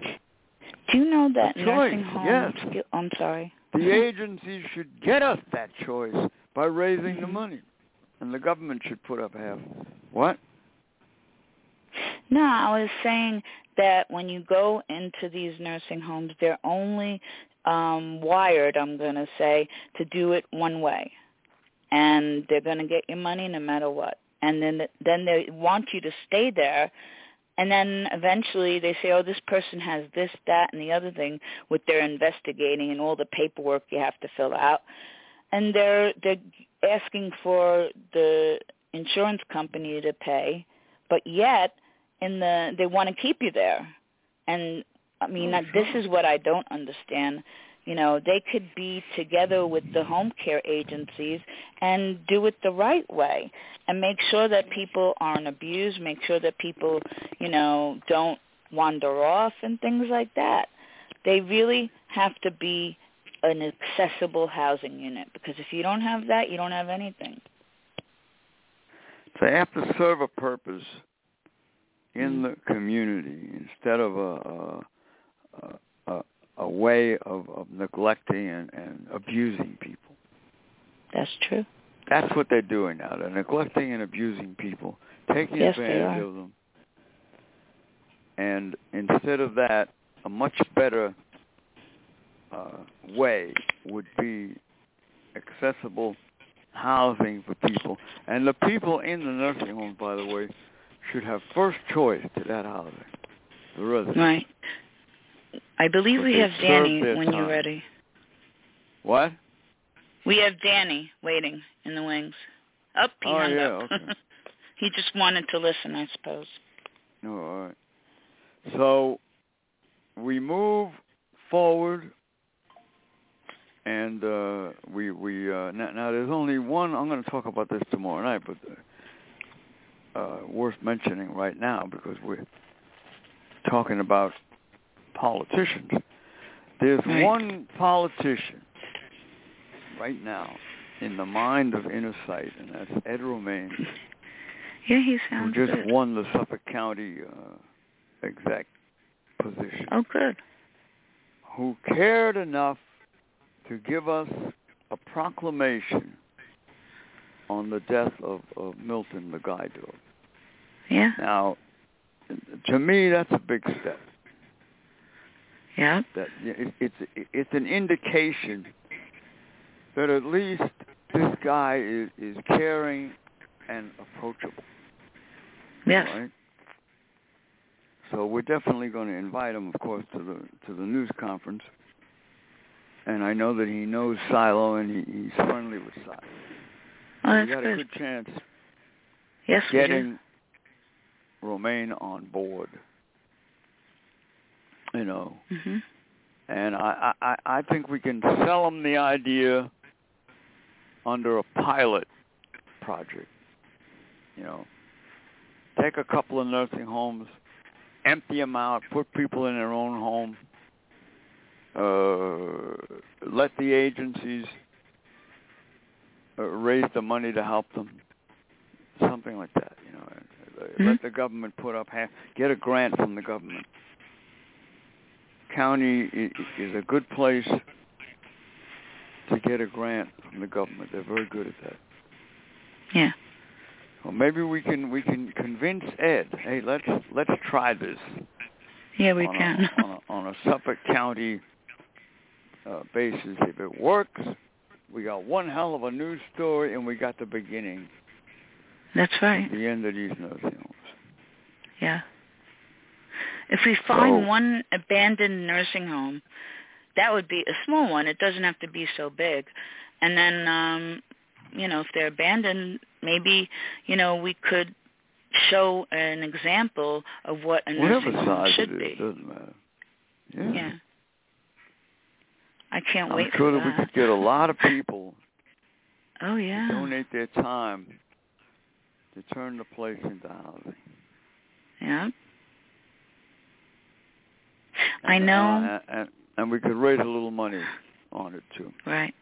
Speaker 2: do you know that
Speaker 3: choice,
Speaker 2: nursing home
Speaker 3: yes.
Speaker 2: skill- i'm sorry
Speaker 3: The agencies should get us that choice by raising the
Speaker 2: Mhm.
Speaker 3: money, and the government should put up half. What?
Speaker 2: No, I was saying that when you go into these nursing homes, they're only um, wired, I'm going to say, to do it one way, and they're going to get your money no matter what, and then then they want you to stay there. And then eventually they say, oh, this person has this, that, and the other thing, what they're investigating and all the paperwork you have to fill out. And they're they're asking for the insurance company to pay, but yet in the they want to keep you there and i mean
Speaker 3: Oh,
Speaker 2: uh, this
Speaker 3: sure.
Speaker 2: is what i don't understand you know they could be together with the home care agencies and do it the right way and make sure that people aren't abused make sure that people you know don't wander off and things like that they really have to be an accessible housing unit because if you don't have that you don't have anything
Speaker 3: They have to serve a purpose in the community instead of a a, a, a way of, of neglecting and, and abusing people.
Speaker 2: that's true
Speaker 3: That's what they're doing now. They're neglecting and abusing people, taking
Speaker 2: Yes, they
Speaker 3: advantage
Speaker 2: are.
Speaker 3: of them. And instead of that, a much better uh, way would be accessible housing for people. And the people in the nursing home, by the way, should have first choice to that housing, the residents.
Speaker 2: right i believe
Speaker 3: But
Speaker 2: we
Speaker 3: they
Speaker 2: have danny
Speaker 3: serve their
Speaker 2: when you're
Speaker 3: time.
Speaker 2: ready
Speaker 3: What?
Speaker 2: We have Danny waiting in the wings. Up, he
Speaker 3: Oh,
Speaker 2: hung
Speaker 3: yeah,
Speaker 2: up.
Speaker 3: okay.
Speaker 2: he just wanted to listen, I suppose.
Speaker 3: No, all right. So we move forward, and uh, we we uh, now, now there's only one. I'm going to talk about this tomorrow night, but uh, uh, worth mentioning right now because we're talking about politicians. There's
Speaker 2: Right.
Speaker 3: one politician right now in the mind of inner sight, and that's Ed Romaine,
Speaker 2: Yeah, he
Speaker 3: who
Speaker 2: sounds
Speaker 3: just
Speaker 2: good.
Speaker 3: won the Suffolk County uh, exec position.
Speaker 2: Oh, good.
Speaker 3: who cared enough to give us a proclamation on the death of, of Milton the guide dog.
Speaker 2: Yeah.
Speaker 3: Now, to me, that's a big step.
Speaker 2: Yeah.
Speaker 3: That it, it's it's an indication that at least this guy is, is caring and approachable.
Speaker 2: Yes.
Speaker 3: Right? So we're definitely going to invite him, of course, to the to the news conference. And I know that he knows Silo, and he, he's friendly with Silo.
Speaker 2: Oh,
Speaker 3: we
Speaker 2: that's
Speaker 3: got a
Speaker 2: good.
Speaker 3: good chance
Speaker 2: Yes, we do.
Speaker 3: getting remain on board. You know,
Speaker 2: hmm
Speaker 3: and I, I, I I think we can sell them the idea under a pilot project. You know, take a couple of nursing homes, empty them out, put people in their own home, uh, let the agencies uh, raise the money to help them, something like that. You know, and, uh, let
Speaker 2: Mhm.
Speaker 3: the government put up half, get a grant from the government. County i- is a good place to get a grant from the government. They're very good at that.
Speaker 2: Yeah.
Speaker 3: Well, maybe we can we can convince Ed. Hey, let's let's try this
Speaker 2: Yeah, we
Speaker 3: on,
Speaker 2: can.
Speaker 3: A, on, a, on a Suffolk County uh, basis. If it works, we got one hell of a news story, and we got the beginning,
Speaker 2: That's right.
Speaker 3: the end of these nursing homes.
Speaker 2: Yeah. If we find
Speaker 3: So-
Speaker 2: one abandoned nursing home, that would be a small one. It doesn't have to be so big. And then, um, you know, if they're abandoned, maybe, you know, we could show an example of what a
Speaker 3: Whatever
Speaker 2: nursing home
Speaker 3: size
Speaker 2: should
Speaker 3: it is,
Speaker 2: be.
Speaker 3: doesn't matter. Yeah,
Speaker 2: Yeah. I can't
Speaker 3: I'm
Speaker 2: wait
Speaker 3: sure
Speaker 2: for
Speaker 3: that we could get a lot of people
Speaker 2: Oh yeah.
Speaker 3: to donate their time to turn the place into housing.
Speaker 2: Yeah.
Speaker 3: And,
Speaker 2: I know.
Speaker 3: Uh, and, and we could raise a little money on it too.
Speaker 2: Right.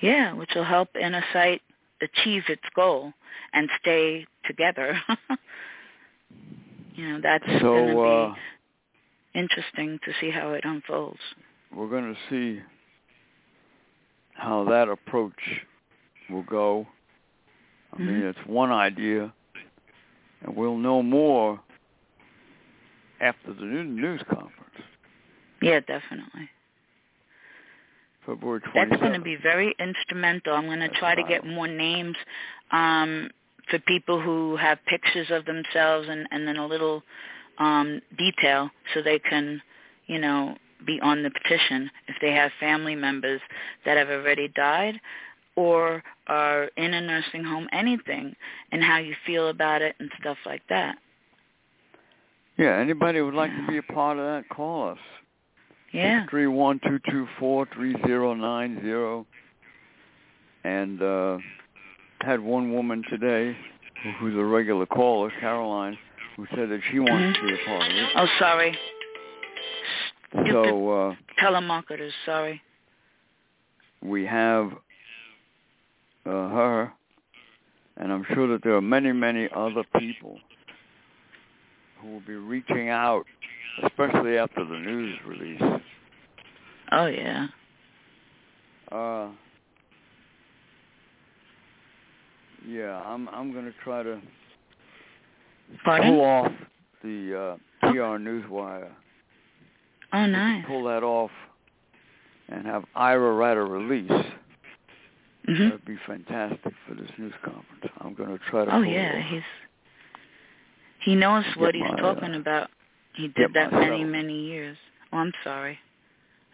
Speaker 2: Yeah, which will help inner sight achieve its goal and stay together. you know, that's going
Speaker 3: So.
Speaker 2: to
Speaker 3: Uh,
Speaker 2: be interesting to see how it unfolds.
Speaker 3: we're going to see how that approach will go. I mean,
Speaker 2: Mhm.
Speaker 3: it's one idea, and we'll know more after the new- news conference,
Speaker 2: Yeah, definitely.
Speaker 3: February
Speaker 2: That's
Speaker 3: 27th.
Speaker 2: going to be very instrumental. I'm going to
Speaker 3: That's
Speaker 2: try to
Speaker 3: right.
Speaker 2: get more names um, for people who have pictures of themselves and, and then a little um, detail so they can, you know, be on the petition if they have family members that have already died or are in a nursing home, anything, and how you feel about it and stuff like that.
Speaker 3: yeah, anybody who would like
Speaker 2: Yeah.
Speaker 3: to be a part of that, call us.
Speaker 2: Yeah.
Speaker 3: Three one two two four three zero nine zero. And uh, had one woman today who's a regular caller, Caroline, who said that she wants to be a part of it.
Speaker 2: Oh, sorry. Stupid
Speaker 3: So uh,
Speaker 2: telemarketers, sorry.
Speaker 3: we have uh, her, and I'm sure that there are many, many other people who will be reaching out, especially after the news release.
Speaker 2: Oh, yeah.
Speaker 3: Uh, yeah, I'm I'm going to try to
Speaker 2: Pardon?
Speaker 3: pull off the uh, PR Newswire,
Speaker 2: Oh, nice.
Speaker 3: pull that off, and have Ira write a release.
Speaker 2: Mm-hmm. hmm
Speaker 3: That'd be fantastic for this news conference. I'm going to try to.
Speaker 2: Oh
Speaker 3: pull it
Speaker 2: yeah,
Speaker 3: off.
Speaker 2: he's he knows
Speaker 3: Get
Speaker 2: what he's
Speaker 3: my, uh,
Speaker 2: talking about. He
Speaker 3: get
Speaker 2: did that
Speaker 3: my
Speaker 2: many
Speaker 3: settlement.
Speaker 2: many years. Oh, I'm sorry,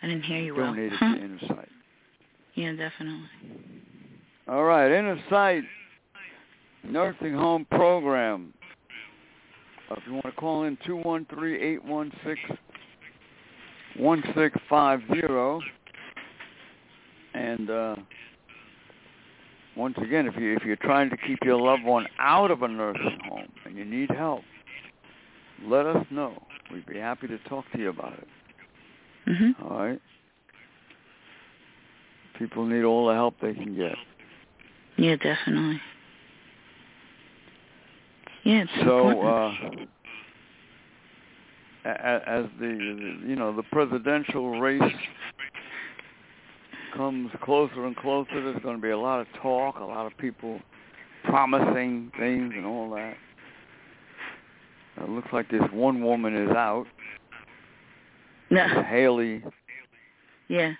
Speaker 2: I didn't hear you well.
Speaker 3: donated to Insight.
Speaker 2: yeah, definitely.
Speaker 3: All right, Insight Nursing Home Program. Uh, If you want to call in, 213-816-1650. And uh, once again, if, you, if you're trying to keep your loved one out of a nursing home and you need help, let us know. We'd be happy to talk to you about it.
Speaker 2: Mhm.
Speaker 3: All right? People need all the help they can get.
Speaker 2: Yeah, definitely. Yeah, it's
Speaker 3: So,
Speaker 2: important.
Speaker 3: uh, a- a- as the you know the presidential race comes closer and closer, there's going to be a lot of talk, a lot of people promising things and all that. It looks like this one woman is out,
Speaker 2: No,
Speaker 3: this Haley
Speaker 2: yeah,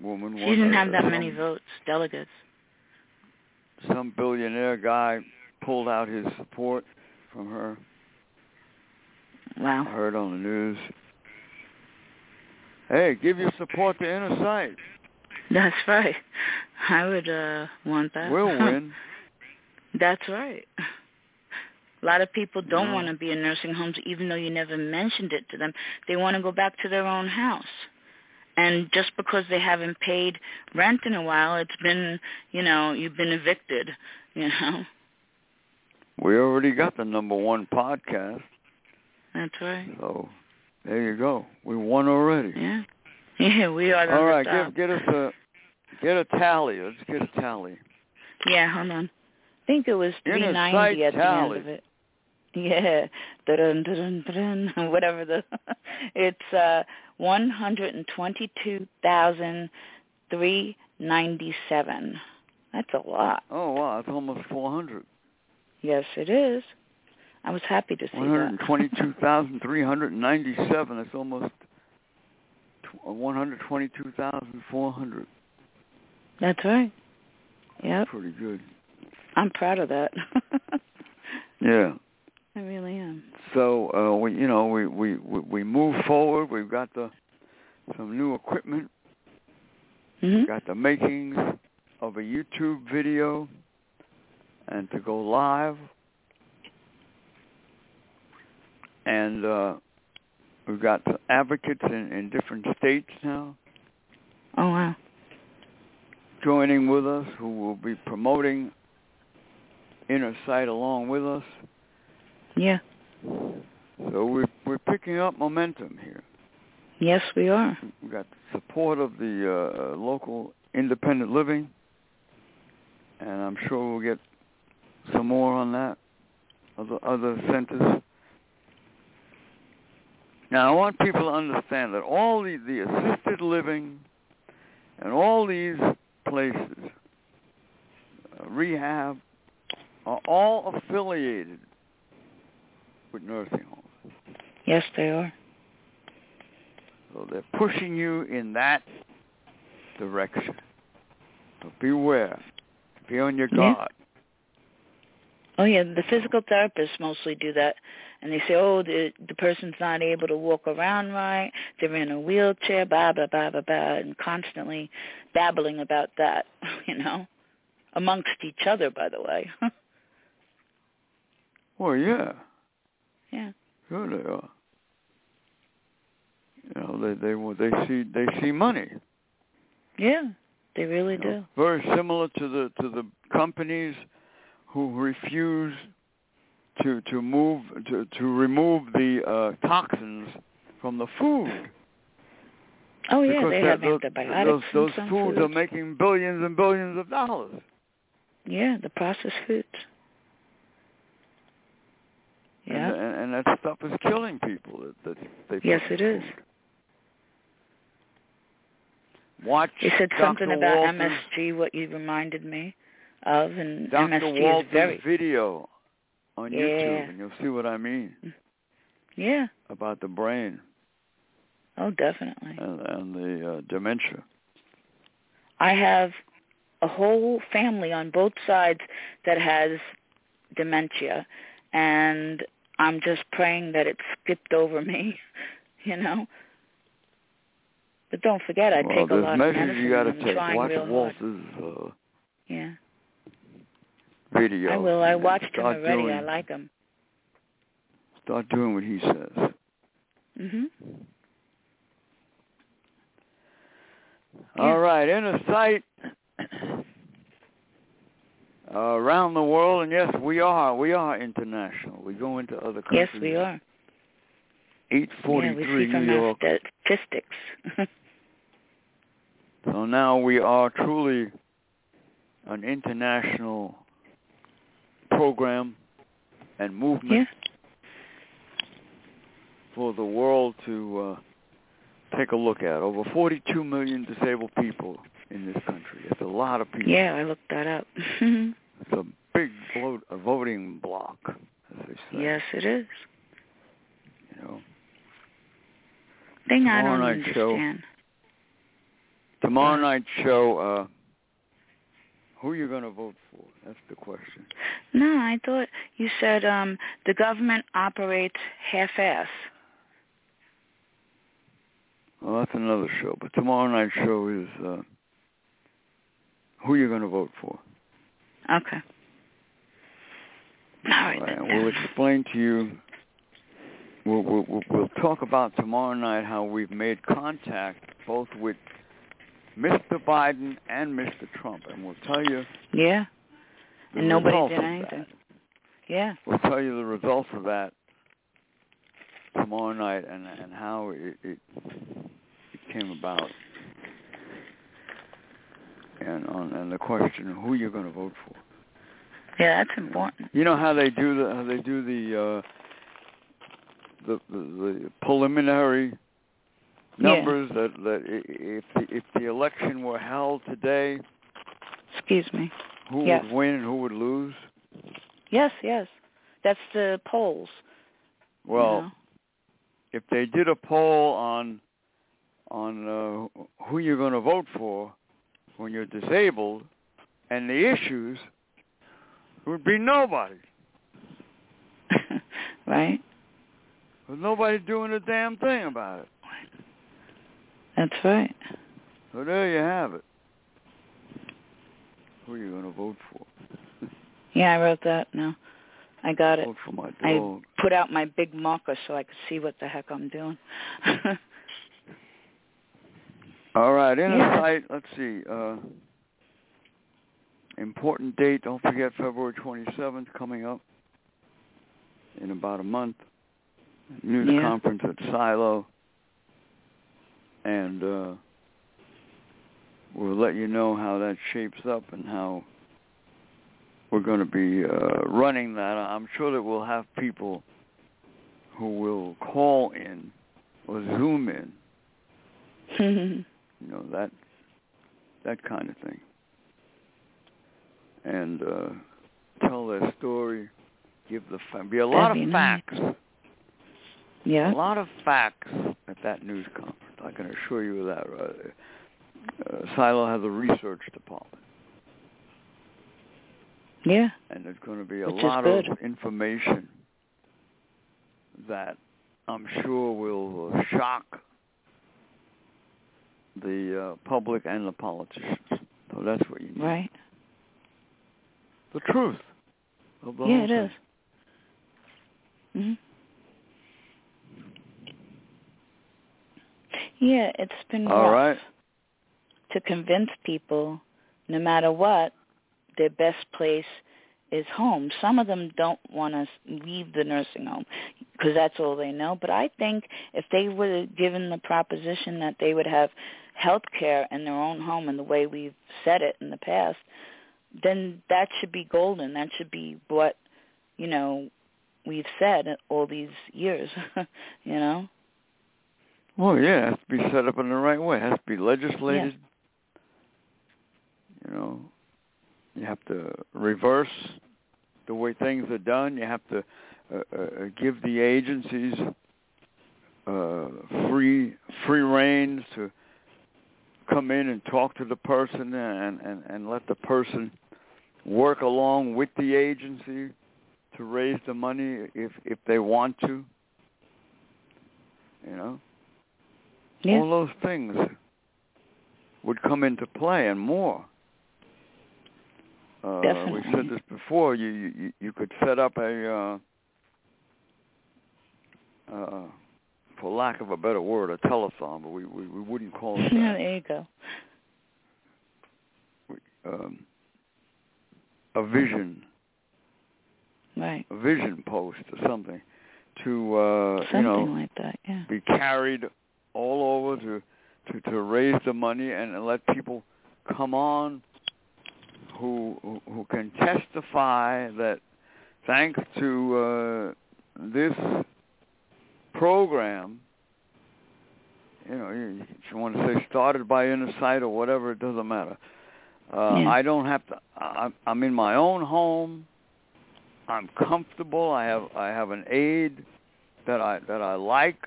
Speaker 3: woman.
Speaker 2: she
Speaker 3: one-
Speaker 2: didn't have that
Speaker 3: some-
Speaker 2: many votes, delegates.
Speaker 3: Some billionaire guy pulled out his support from her. I
Speaker 2: Wow.
Speaker 3: heard on the news. Hey, give your support to Inner Sight.
Speaker 2: That's right. I would uh want that.
Speaker 3: We'll win.
Speaker 2: That's right. A lot of people don't
Speaker 3: Yeah.
Speaker 2: want to be in nursing homes, even though you never mentioned it to them. They want to go back to their own house. And just because they haven't paid rent in a while, it's been, you know, you've been evicted, you know.
Speaker 3: We already got the number one podcast,
Speaker 2: That's right.
Speaker 3: so there you go. We won already.
Speaker 2: Yeah. Yeah, we are the
Speaker 3: All right,
Speaker 2: underdog.
Speaker 3: get, get us a get a tally. Let's get a tally.
Speaker 2: Yeah, hold on. I think it was
Speaker 3: Inner
Speaker 2: 390
Speaker 3: sight
Speaker 2: at the end of
Speaker 3: tally.
Speaker 2: it. Yeah, dun dun dun dun, whatever the. It's uh 122,397. That's a lot.
Speaker 3: Oh wow, that's almost 400.
Speaker 2: Yes, it is. I was happy to see that.
Speaker 3: 122,397. That's almost tw- 122,400.
Speaker 2: That's right. Yep,
Speaker 3: Pretty good.
Speaker 2: I'm proud of that.
Speaker 3: Yeah.
Speaker 2: I really am.
Speaker 3: So uh, we, you know, we we we we move forward. We've got the some new equipment.
Speaker 2: hmm
Speaker 3: Got the makings of a YouTube video, and to go live. And uh, we've got advocates in, in different states now
Speaker 2: Oh wow.
Speaker 3: joining with us who will be promoting Inner Sight along with us.
Speaker 2: Yeah.
Speaker 3: So we're, we're picking up momentum here.
Speaker 2: Yes, we are.
Speaker 3: We got the support of the uh, local independent living, and I'm sure we'll get some more on that. Other other centers. Now I want people to understand that all the, the assisted living and all these places, uh, rehab, are all affiliated with nursing homes.
Speaker 2: Yes, they are.
Speaker 3: So they're pushing you in that direction. So beware. Be on your
Speaker 2: Yeah.
Speaker 3: guard.
Speaker 2: Oh yeah, the physical therapists mostly do that, and they say, oh, the the person's not able to walk around right, they're in a wheelchair, blah blah blah blah blah, and constantly babbling about that, you know, amongst each other, by the way.
Speaker 3: Well, yeah,
Speaker 2: yeah,
Speaker 3: sure they are. You know, they they want- they see they see money.
Speaker 2: yeah, they really
Speaker 3: you know. Very similar to the to the companies who refuse to to move to to remove the uh, toxins from the food.
Speaker 2: do. Oh yeah,
Speaker 3: because
Speaker 2: they
Speaker 3: that-
Speaker 2: have
Speaker 3: those,
Speaker 2: antibiotics
Speaker 3: Those,
Speaker 2: in
Speaker 3: those
Speaker 2: some
Speaker 3: foods are
Speaker 2: foods.
Speaker 3: making billions and billions of dollars.
Speaker 2: yeah, the processed foods. Yeah,
Speaker 3: And, and, and that stuff is killing people. That, that they put
Speaker 2: Yes,
Speaker 3: in
Speaker 2: it is.
Speaker 3: food. Watch.
Speaker 2: they said
Speaker 3: Dr.
Speaker 2: something about
Speaker 3: Walter's,
Speaker 2: MSG, what you reminded me of, and
Speaker 3: Dr.
Speaker 2: MSG
Speaker 3: Walter's
Speaker 2: is very
Speaker 3: video on
Speaker 2: Yeah.
Speaker 3: YouTube, and you'll see what I mean
Speaker 2: yeah.
Speaker 3: about the brain
Speaker 2: Oh, definitely.
Speaker 3: and, and the uh, dementia.
Speaker 2: I have a whole family on both sides that has dementia, and I'm just praying that it skipped over me, you know. But don't forget, I
Speaker 3: well,
Speaker 2: take a
Speaker 3: there's
Speaker 2: lot of
Speaker 3: measures
Speaker 2: medicine.
Speaker 3: you gotta
Speaker 2: and I'm
Speaker 3: take.
Speaker 2: trying
Speaker 3: Watch
Speaker 2: real hard.
Speaker 3: Walter's uh,
Speaker 2: Yeah,
Speaker 3: video.
Speaker 2: I will. I
Speaker 3: and
Speaker 2: watched him
Speaker 3: start
Speaker 2: already.
Speaker 3: Doing,
Speaker 2: I like him.
Speaker 3: Start doing what he says.
Speaker 2: Mhm. Yeah.
Speaker 3: All right, inner sight uh, around the world, and yes, we are. We are international. We go into other countries.
Speaker 2: Yes, we are.
Speaker 3: Eight
Speaker 2: Yeah, we see
Speaker 3: forty-three,
Speaker 2: from
Speaker 3: New
Speaker 2: our
Speaker 3: York.
Speaker 2: statistics.
Speaker 3: So now we are truly an international program and
Speaker 2: yeah.
Speaker 3: movement for the world to uh, take a look at. Over forty-two million disabled people in this country. That's a lot of people.
Speaker 2: Yeah, I looked that up.
Speaker 3: It's a big vote, a voting block, as they say.
Speaker 2: yes, it is.
Speaker 3: You know.
Speaker 2: Thing
Speaker 3: Tomorrow
Speaker 2: I don't
Speaker 3: night show.
Speaker 2: understand.
Speaker 3: Tomorrow
Speaker 2: Yeah.
Speaker 3: night's show, uh, who you going to vote for? That's the question.
Speaker 2: No, I thought you said um the government operates half-ass.
Speaker 3: Well, that's another show. But tomorrow night's show is uh, who you going to vote for.
Speaker 2: Okay. All right.
Speaker 3: All right, and we'll explain to you. We'll, we'll, we'll- we'll talk about tomorrow night how we've made contact both with Mr. Biden and Mr. Trump, and we'll tell you.
Speaker 2: Yeah.
Speaker 3: The
Speaker 2: And nobody
Speaker 3: results
Speaker 2: did
Speaker 3: of
Speaker 2: anything.
Speaker 3: that.
Speaker 2: Yeah.
Speaker 3: We'll tell you the results of that tomorrow night, and and how it it, it came about, and on and the question of who you're going to vote for.
Speaker 2: Yeah, that's important.
Speaker 3: You know how they do the how they do the uh, the, the the preliminary
Speaker 2: Yeah.
Speaker 3: numbers that that i- i- if the, if the election were held today,
Speaker 2: Excuse me.
Speaker 3: who
Speaker 2: Yeah.
Speaker 3: would win and who would lose?
Speaker 2: Yes, yes. That's the polls. you
Speaker 3: Well,
Speaker 2: know.
Speaker 3: if they did a poll on on uh, who you're going to vote for when you're disabled and the issues, it would be nobody.
Speaker 2: right?
Speaker 3: There's nobody doing a damn thing about it.
Speaker 2: That's right.
Speaker 3: So there you have it. Who are you going to vote for?
Speaker 2: Yeah, I wrote that. No, I got it.
Speaker 3: Vote for my
Speaker 2: I-
Speaker 3: dog.
Speaker 2: Put out my big marker so I could see what the heck I'm doing.
Speaker 3: All right, in
Speaker 2: Yeah.
Speaker 3: sight. Let's see. Uh, important date. Don't forget February 27th coming up in about a month. News
Speaker 2: Yeah.
Speaker 3: conference at Silo, and uh, we'll let you know how that shapes up and how we're going to be uh, running that. I'm sure that we'll have people who will call in or Zoom in you know that that kind of thing and uh tell their story give the fa- be a lot
Speaker 2: That'd
Speaker 3: of
Speaker 2: be nice.
Speaker 3: facts a
Speaker 2: yeah.
Speaker 3: lot of facts at that news conference i can assure you of that uh, uh, silo has a research department
Speaker 2: Yeah.
Speaker 3: and there's going to be a
Speaker 2: Which is
Speaker 3: lot
Speaker 2: good.
Speaker 3: of information that i'm sure will uh, shock the uh, public and the politicians so that's what you need
Speaker 2: Right.
Speaker 3: the truth of the
Speaker 2: yeah,
Speaker 3: whole
Speaker 2: it
Speaker 3: thing.
Speaker 2: is. Mhm. Yeah, it's been
Speaker 3: All
Speaker 2: rough
Speaker 3: right.
Speaker 2: to convince people, no matter what, their best place is home. Some of them don't want to leave the nursing home because that's all they know. But I think if they were given the proposition that they would have health care in their own home and the way we've said it in the past, then that should be golden. That should be what, you know, we've said all these years, you know?
Speaker 3: Well, yeah, it has to be set up in the right way. It has to be legislated. You know, you have to reverse the way things are done. You have to uh, uh, uh, give the agencies uh, free free reins to come in and talk to the person and, and, and let the person work along with the agency to raise the money if if they want to. You know.
Speaker 2: Yeah.
Speaker 3: all those things would come into play and more. Uh, we said
Speaker 2: Definitely.
Speaker 3: this before. You you you- you could set up a, uh, uh, for lack of a better word, a telethon, but we we, we wouldn't call it that
Speaker 2: there you go.
Speaker 3: um, a vision
Speaker 2: Right.
Speaker 3: a vision post or something to uh,
Speaker 2: Something
Speaker 3: you know
Speaker 2: like that, yeah.
Speaker 3: be carried all over to, to to raise the money and, and let people come on who who- who can testify that thanks to uh, this program, you know, you- if you want to say started by Inner Sight or whatever, it doesn't matter. Uh,
Speaker 2: Yeah.
Speaker 3: I don't have to. I, I'm- I'm in my own home. I'm comfortable. I have I have an aid that I that I like,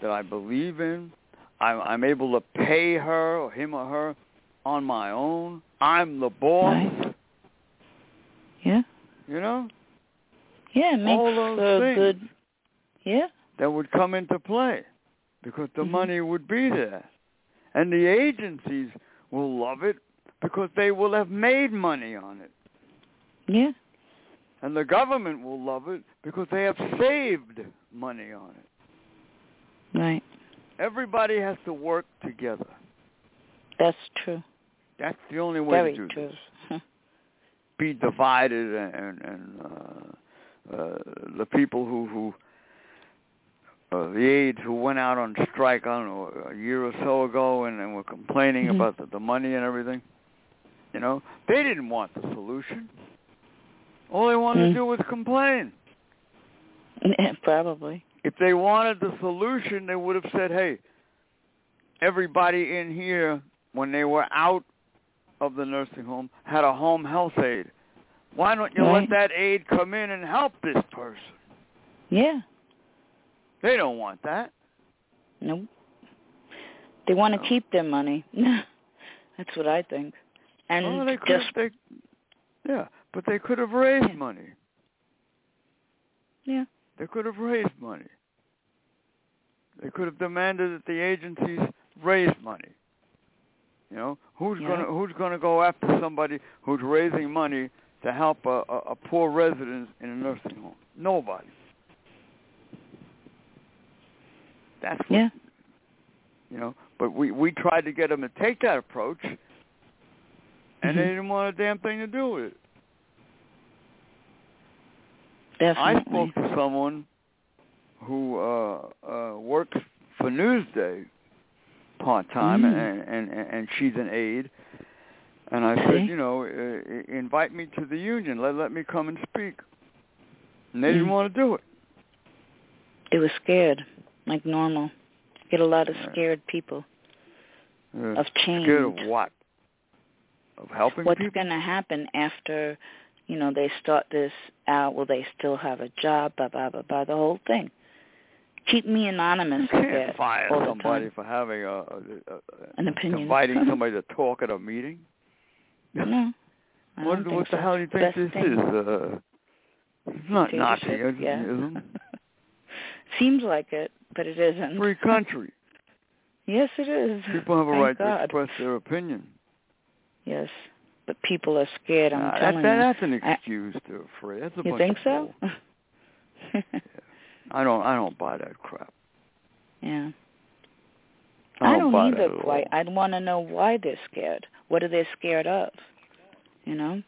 Speaker 3: that I believe in. I'm, I'm able to pay her or him or her on my own. I'm the boss.
Speaker 2: Right. Yeah.
Speaker 3: You know
Speaker 2: Yeah, it makes
Speaker 3: all those
Speaker 2: for a
Speaker 3: things
Speaker 2: good. Yeah,
Speaker 3: that would come into play because the
Speaker 2: Mhm.
Speaker 3: money would be there, and the agencies will love it because they will have made money on it.
Speaker 2: yeah,
Speaker 3: And the government will love it because they have saved money on it.
Speaker 2: Right.
Speaker 3: Everybody has to work together.
Speaker 2: That's true.
Speaker 3: That's the only way
Speaker 2: Very
Speaker 3: to do
Speaker 2: true.
Speaker 3: this. be divided and and, and uh, uh, the people who who uh, the aides who went out on strike I don't know a year or so ago and, and were complaining
Speaker 2: Mhm.
Speaker 3: about the, the money and everything. You know, they didn't want the solution. All they wanted
Speaker 2: Mm.
Speaker 3: to do was complain.
Speaker 2: Probably.
Speaker 3: If they wanted the solution, they would have said, "Hey, everybody in here, when they were out of the nursing home, had a home health aide. Why don't you
Speaker 2: Right.
Speaker 3: let that aide come in and help this person?"
Speaker 2: Yeah.
Speaker 3: They don't want that.
Speaker 2: Nope. They want
Speaker 3: No.
Speaker 2: to keep their money. That's what I think. And
Speaker 3: well, Oh, they could
Speaker 2: just
Speaker 3: have, they, yeah, but they could have raised
Speaker 2: Yeah.
Speaker 3: money.
Speaker 2: yeah,
Speaker 3: They could have raised money. They could have demanded that the agencies raise money. You know, who's
Speaker 2: Yeah.
Speaker 3: gonna who's gonna go after somebody who's raising money to help a, a, a poor resident in a nursing home? Nobody. That's what,
Speaker 2: yeah,
Speaker 3: you know. But we we tried to get them to take that approach, and they
Speaker 2: Mhm.
Speaker 3: didn't want a damn thing to do with it. I
Speaker 2: definitely.
Speaker 3: spoke to someone who uh, uh, works for Newsday part time,
Speaker 2: Mm.
Speaker 3: and, and and she's an aide. And I said,
Speaker 2: Okay.
Speaker 3: you know, uh, i- invite me to the union. Let let me come and speak. And they didn't
Speaker 2: Mm.
Speaker 3: want to do it.
Speaker 2: They were scared, like normal. Get a lot of
Speaker 3: Right.
Speaker 2: scared people
Speaker 3: Uh,
Speaker 2: of change.
Speaker 3: scared of what? Of helping
Speaker 2: What's
Speaker 3: people?
Speaker 2: going to happen after, you know, they start this out? Will they still have a job? Blah blah blah blah. The whole thing. Keep me anonymous.
Speaker 3: You
Speaker 2: with
Speaker 3: can't
Speaker 2: that
Speaker 3: fire
Speaker 2: all the
Speaker 3: somebody
Speaker 2: time.
Speaker 3: for having a, a, a,
Speaker 2: An opinion.
Speaker 3: inviting somebody to talk at a meeting.
Speaker 2: No. I
Speaker 3: what
Speaker 2: don't think
Speaker 3: what the
Speaker 2: so.
Speaker 3: hell do you think
Speaker 2: Best
Speaker 3: this
Speaker 2: thing.
Speaker 3: is? Uh, it's not
Speaker 2: Dictatorship,
Speaker 3: Nazism.
Speaker 2: yeah. Seems like it, but it isn't.
Speaker 3: free country.
Speaker 2: Yes, it is.
Speaker 3: People have a
Speaker 2: Thank
Speaker 3: right
Speaker 2: God.
Speaker 3: to express their opinion.
Speaker 2: Yes, but people are scared. I'm
Speaker 3: Uh, that-
Speaker 2: telling
Speaker 3: that-
Speaker 2: you.
Speaker 3: that's an
Speaker 2: I-
Speaker 3: excuse to afraid. That's a
Speaker 2: You
Speaker 3: bunch
Speaker 2: think
Speaker 3: of
Speaker 2: so?
Speaker 3: bull. I don't. I don't buy that crap.
Speaker 2: yeah.
Speaker 3: I
Speaker 2: I
Speaker 3: don't,
Speaker 2: don't
Speaker 3: buy
Speaker 2: either.
Speaker 3: that at
Speaker 2: Quite.
Speaker 3: all.
Speaker 2: I'd want to know why they're scared. What are they scared of? You know?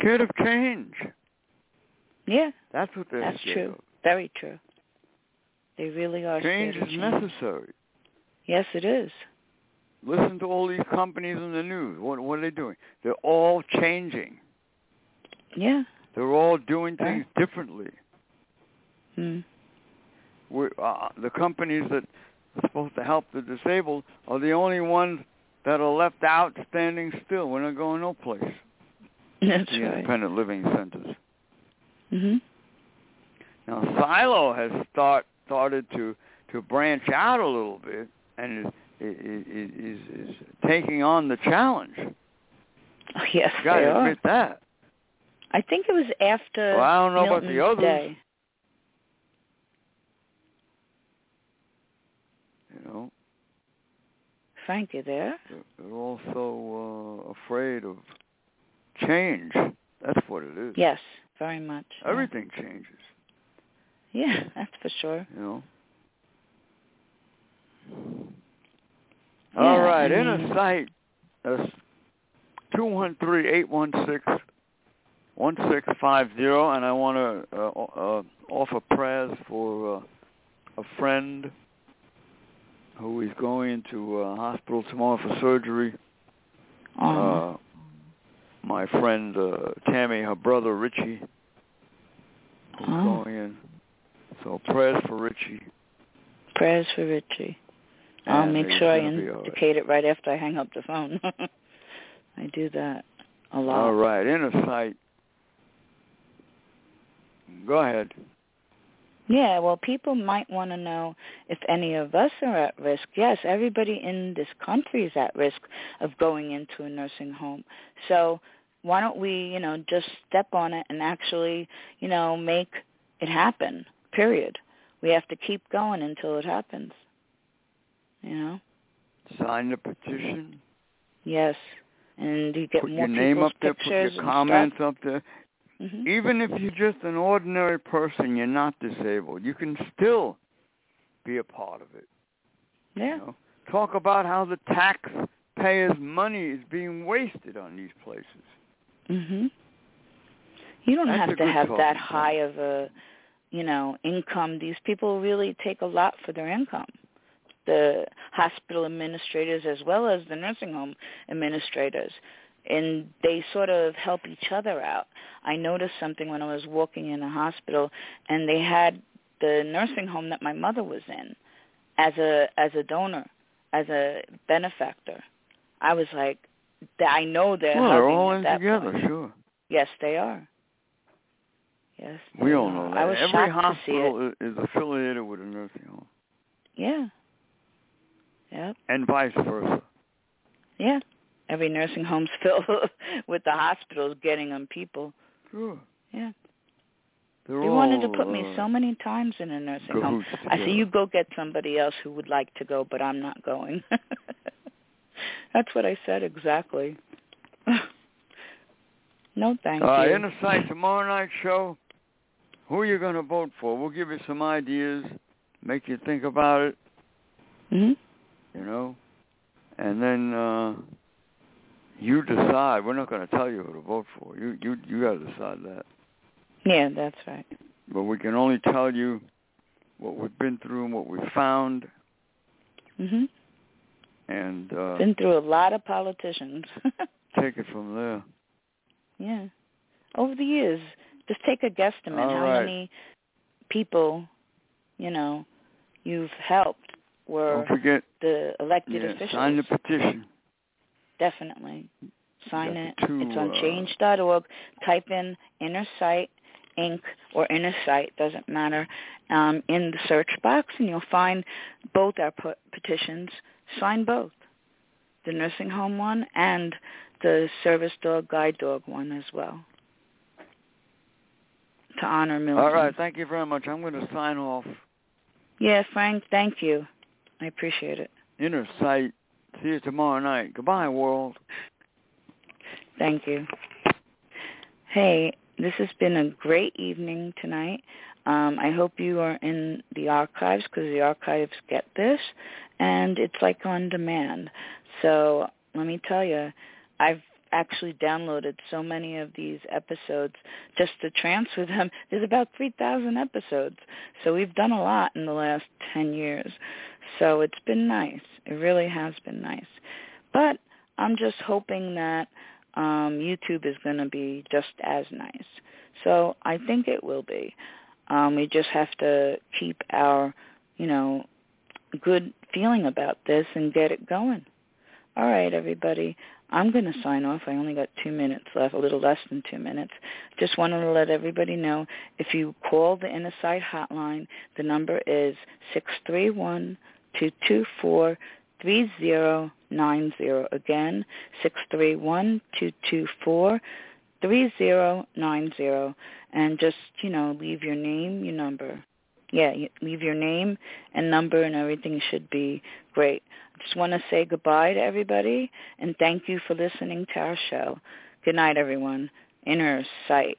Speaker 3: Scared of change.
Speaker 2: Yeah,
Speaker 3: That's what they're
Speaker 2: That's
Speaker 3: scared
Speaker 2: true. very true. They really are
Speaker 3: of. Change
Speaker 2: scared of
Speaker 3: is
Speaker 2: change.
Speaker 3: necessary.
Speaker 2: Yes, it is.
Speaker 3: Listen to all these companies in the news. What what are they doing? They're all changing.
Speaker 2: Yeah.
Speaker 3: They're all doing
Speaker 2: Right.
Speaker 3: things differently.
Speaker 2: Mm.
Speaker 3: we uh, the companies that are supposed to help the disabled are the only ones that are left out standing still. We're not going no place.
Speaker 2: That's
Speaker 3: the
Speaker 2: right.
Speaker 3: independent living centers.
Speaker 2: Mhm.
Speaker 3: Now Silo has start started to to branch out a little bit and is is is, is taking on the challenge.
Speaker 2: Oh, yes,
Speaker 3: Got
Speaker 2: they
Speaker 3: to
Speaker 2: are.
Speaker 3: admit that.
Speaker 2: I think it was after
Speaker 3: Well, I don't know about the
Speaker 2: Milton's
Speaker 3: others.
Speaker 2: day.
Speaker 3: You know,
Speaker 2: Frank, you there?
Speaker 3: they're, they're also uh, afraid of change. That's what it is.
Speaker 2: Yes, very much. yeah.
Speaker 3: Everything changes.
Speaker 2: Yeah, that's for sure.
Speaker 3: You know.
Speaker 2: Yeah,
Speaker 3: All right,
Speaker 2: I
Speaker 3: inner
Speaker 2: mean-
Speaker 3: sight. That's uh, two one three eight one six one six five zero, and I want to uh, uh, offer prayers for uh, a friend who is going to uh, hospital tomorrow for surgery.
Speaker 2: Aw.
Speaker 3: Uh,
Speaker 2: Mm-hmm.
Speaker 3: my friend uh, Tammy, her brother Richie, who's
Speaker 2: Oh.
Speaker 3: going in. So prayers for Richie.
Speaker 2: prayers for Richie. I'll
Speaker 3: and
Speaker 2: make
Speaker 3: he's
Speaker 2: sure I
Speaker 3: gonna be all right.
Speaker 2: indicate it right after I hang up the phone. I do that a lot.
Speaker 3: All right, inner sight. Go ahead.
Speaker 2: Yeah, well, people might want to know if any of us are at risk. Yes, everybody in this country is at risk of going into a nursing home. So why don't we, you know, just step on it and actually, you know, make it happen, period. We have to keep going until it happens. You know?
Speaker 3: Sign the petition.
Speaker 2: Yes. and you get
Speaker 3: put
Speaker 2: more
Speaker 3: your name
Speaker 2: people's
Speaker 3: up there, put
Speaker 2: pictures
Speaker 3: your comments up there.
Speaker 2: and stuff. Mhm.
Speaker 3: Even if you're just an ordinary person, you're not disabled. You can still be a part of it.
Speaker 2: Yeah.
Speaker 3: You know? Talk about how the taxpayers' money is being wasted on these places.
Speaker 2: Mhm. You don't
Speaker 3: That's a
Speaker 2: have to
Speaker 3: good
Speaker 2: have
Speaker 3: talking
Speaker 2: that
Speaker 3: point.
Speaker 2: high of a, you know, income. These people really take a lot for their income. The hospital administrators as well as the nursing home administrators. And they sort of help each other out. I noticed something when I was walking in a hospital and they had the nursing home that my mother was in as a as a donor, as a benefactor. I was like, th- I know they're
Speaker 3: well, they're
Speaker 2: helping
Speaker 3: all
Speaker 2: at
Speaker 3: in
Speaker 2: that
Speaker 3: together,
Speaker 2: point.
Speaker 3: sure.
Speaker 2: Yes, they are. Yes.
Speaker 3: We
Speaker 2: they
Speaker 3: all
Speaker 2: are.
Speaker 3: know that.
Speaker 2: I was
Speaker 3: Every
Speaker 2: shocked to see it.
Speaker 3: hospital i- is affiliated with a nursing home,
Speaker 2: Yeah. Yep.
Speaker 3: and vice versa.
Speaker 2: Yeah. Every nursing home's filled with the hospitals getting them people.
Speaker 3: Sure.
Speaker 2: Yeah.
Speaker 3: They're
Speaker 2: They
Speaker 3: all,
Speaker 2: wanted to put me
Speaker 3: uh,
Speaker 2: so many times in a nursing home.
Speaker 3: cahoots
Speaker 2: I said,
Speaker 3: together.
Speaker 2: you go get somebody else who would like to go, but I'm not going. That's what I said exactly. no, thank
Speaker 3: uh,
Speaker 2: you.
Speaker 3: Inner Sight tomorrow night show. Who are you going to vote for? We'll give you some ideas, make you think about it,
Speaker 2: Mhm.
Speaker 3: you know, and then uh, you decide. We're not going to tell you who to vote for. You you you got to decide that.
Speaker 2: Yeah, that's right.
Speaker 3: But we can only tell you what we've been through and what we found.
Speaker 2: Mhm.
Speaker 3: And uh,
Speaker 2: Been through a lot of politicians.
Speaker 3: take it from there.
Speaker 2: Yeah. Over the years, just take a guesstimate
Speaker 3: All
Speaker 2: how
Speaker 3: right.
Speaker 2: many people, you know, you've helped were
Speaker 3: Don't forget,
Speaker 2: the elected
Speaker 3: yeah,
Speaker 2: officials.
Speaker 3: sign the petition.
Speaker 2: Definitely. Sign
Speaker 3: That's
Speaker 2: it.
Speaker 3: two,
Speaker 2: it's on
Speaker 3: uh,
Speaker 2: change dot org. Type in Inner Sight Inc. or Inner Sight, doesn't matter, um, in the search box, and you'll find both our pe- petitions. Sign both, the nursing home one and the service dog guide dog one as well, to honor Milton.
Speaker 3: All right, thank you very much. I'm going to sign off.
Speaker 2: Yeah, Frank. Thank you. I appreciate it.
Speaker 3: Inner Sight. See you tomorrow night. Goodbye, world.
Speaker 2: Thank you. Hey, this has been a great evening tonight. Um, I hope you are in the archives because the archives get this, and it's like on demand. So let me tell you, I've actually downloaded so many of these episodes just to transfer them. There's about 3,000 episodes. So we've done a lot in the last 10 years. So it's been nice. It really has been nice. But I'm just hoping that um, YouTube is going to be just as nice. So I think it will be. Um, we just have to keep our, you know, good feeling about this and get it going. All right, everybody. I'm going to sign off. I only got two minutes left, a little less than two minutes. Just wanted to let everybody know if you call the Inner Sight hotline, the number is six three one two two four three zero nine zero. Again, six three one two two four three zero nine zero, and just you know leave your name, your number. Yeah, you- leave your name and number, and everything should be great. Just want to say goodbye to everybody, and thank you for listening to our show. Good night, everyone. Inner sight.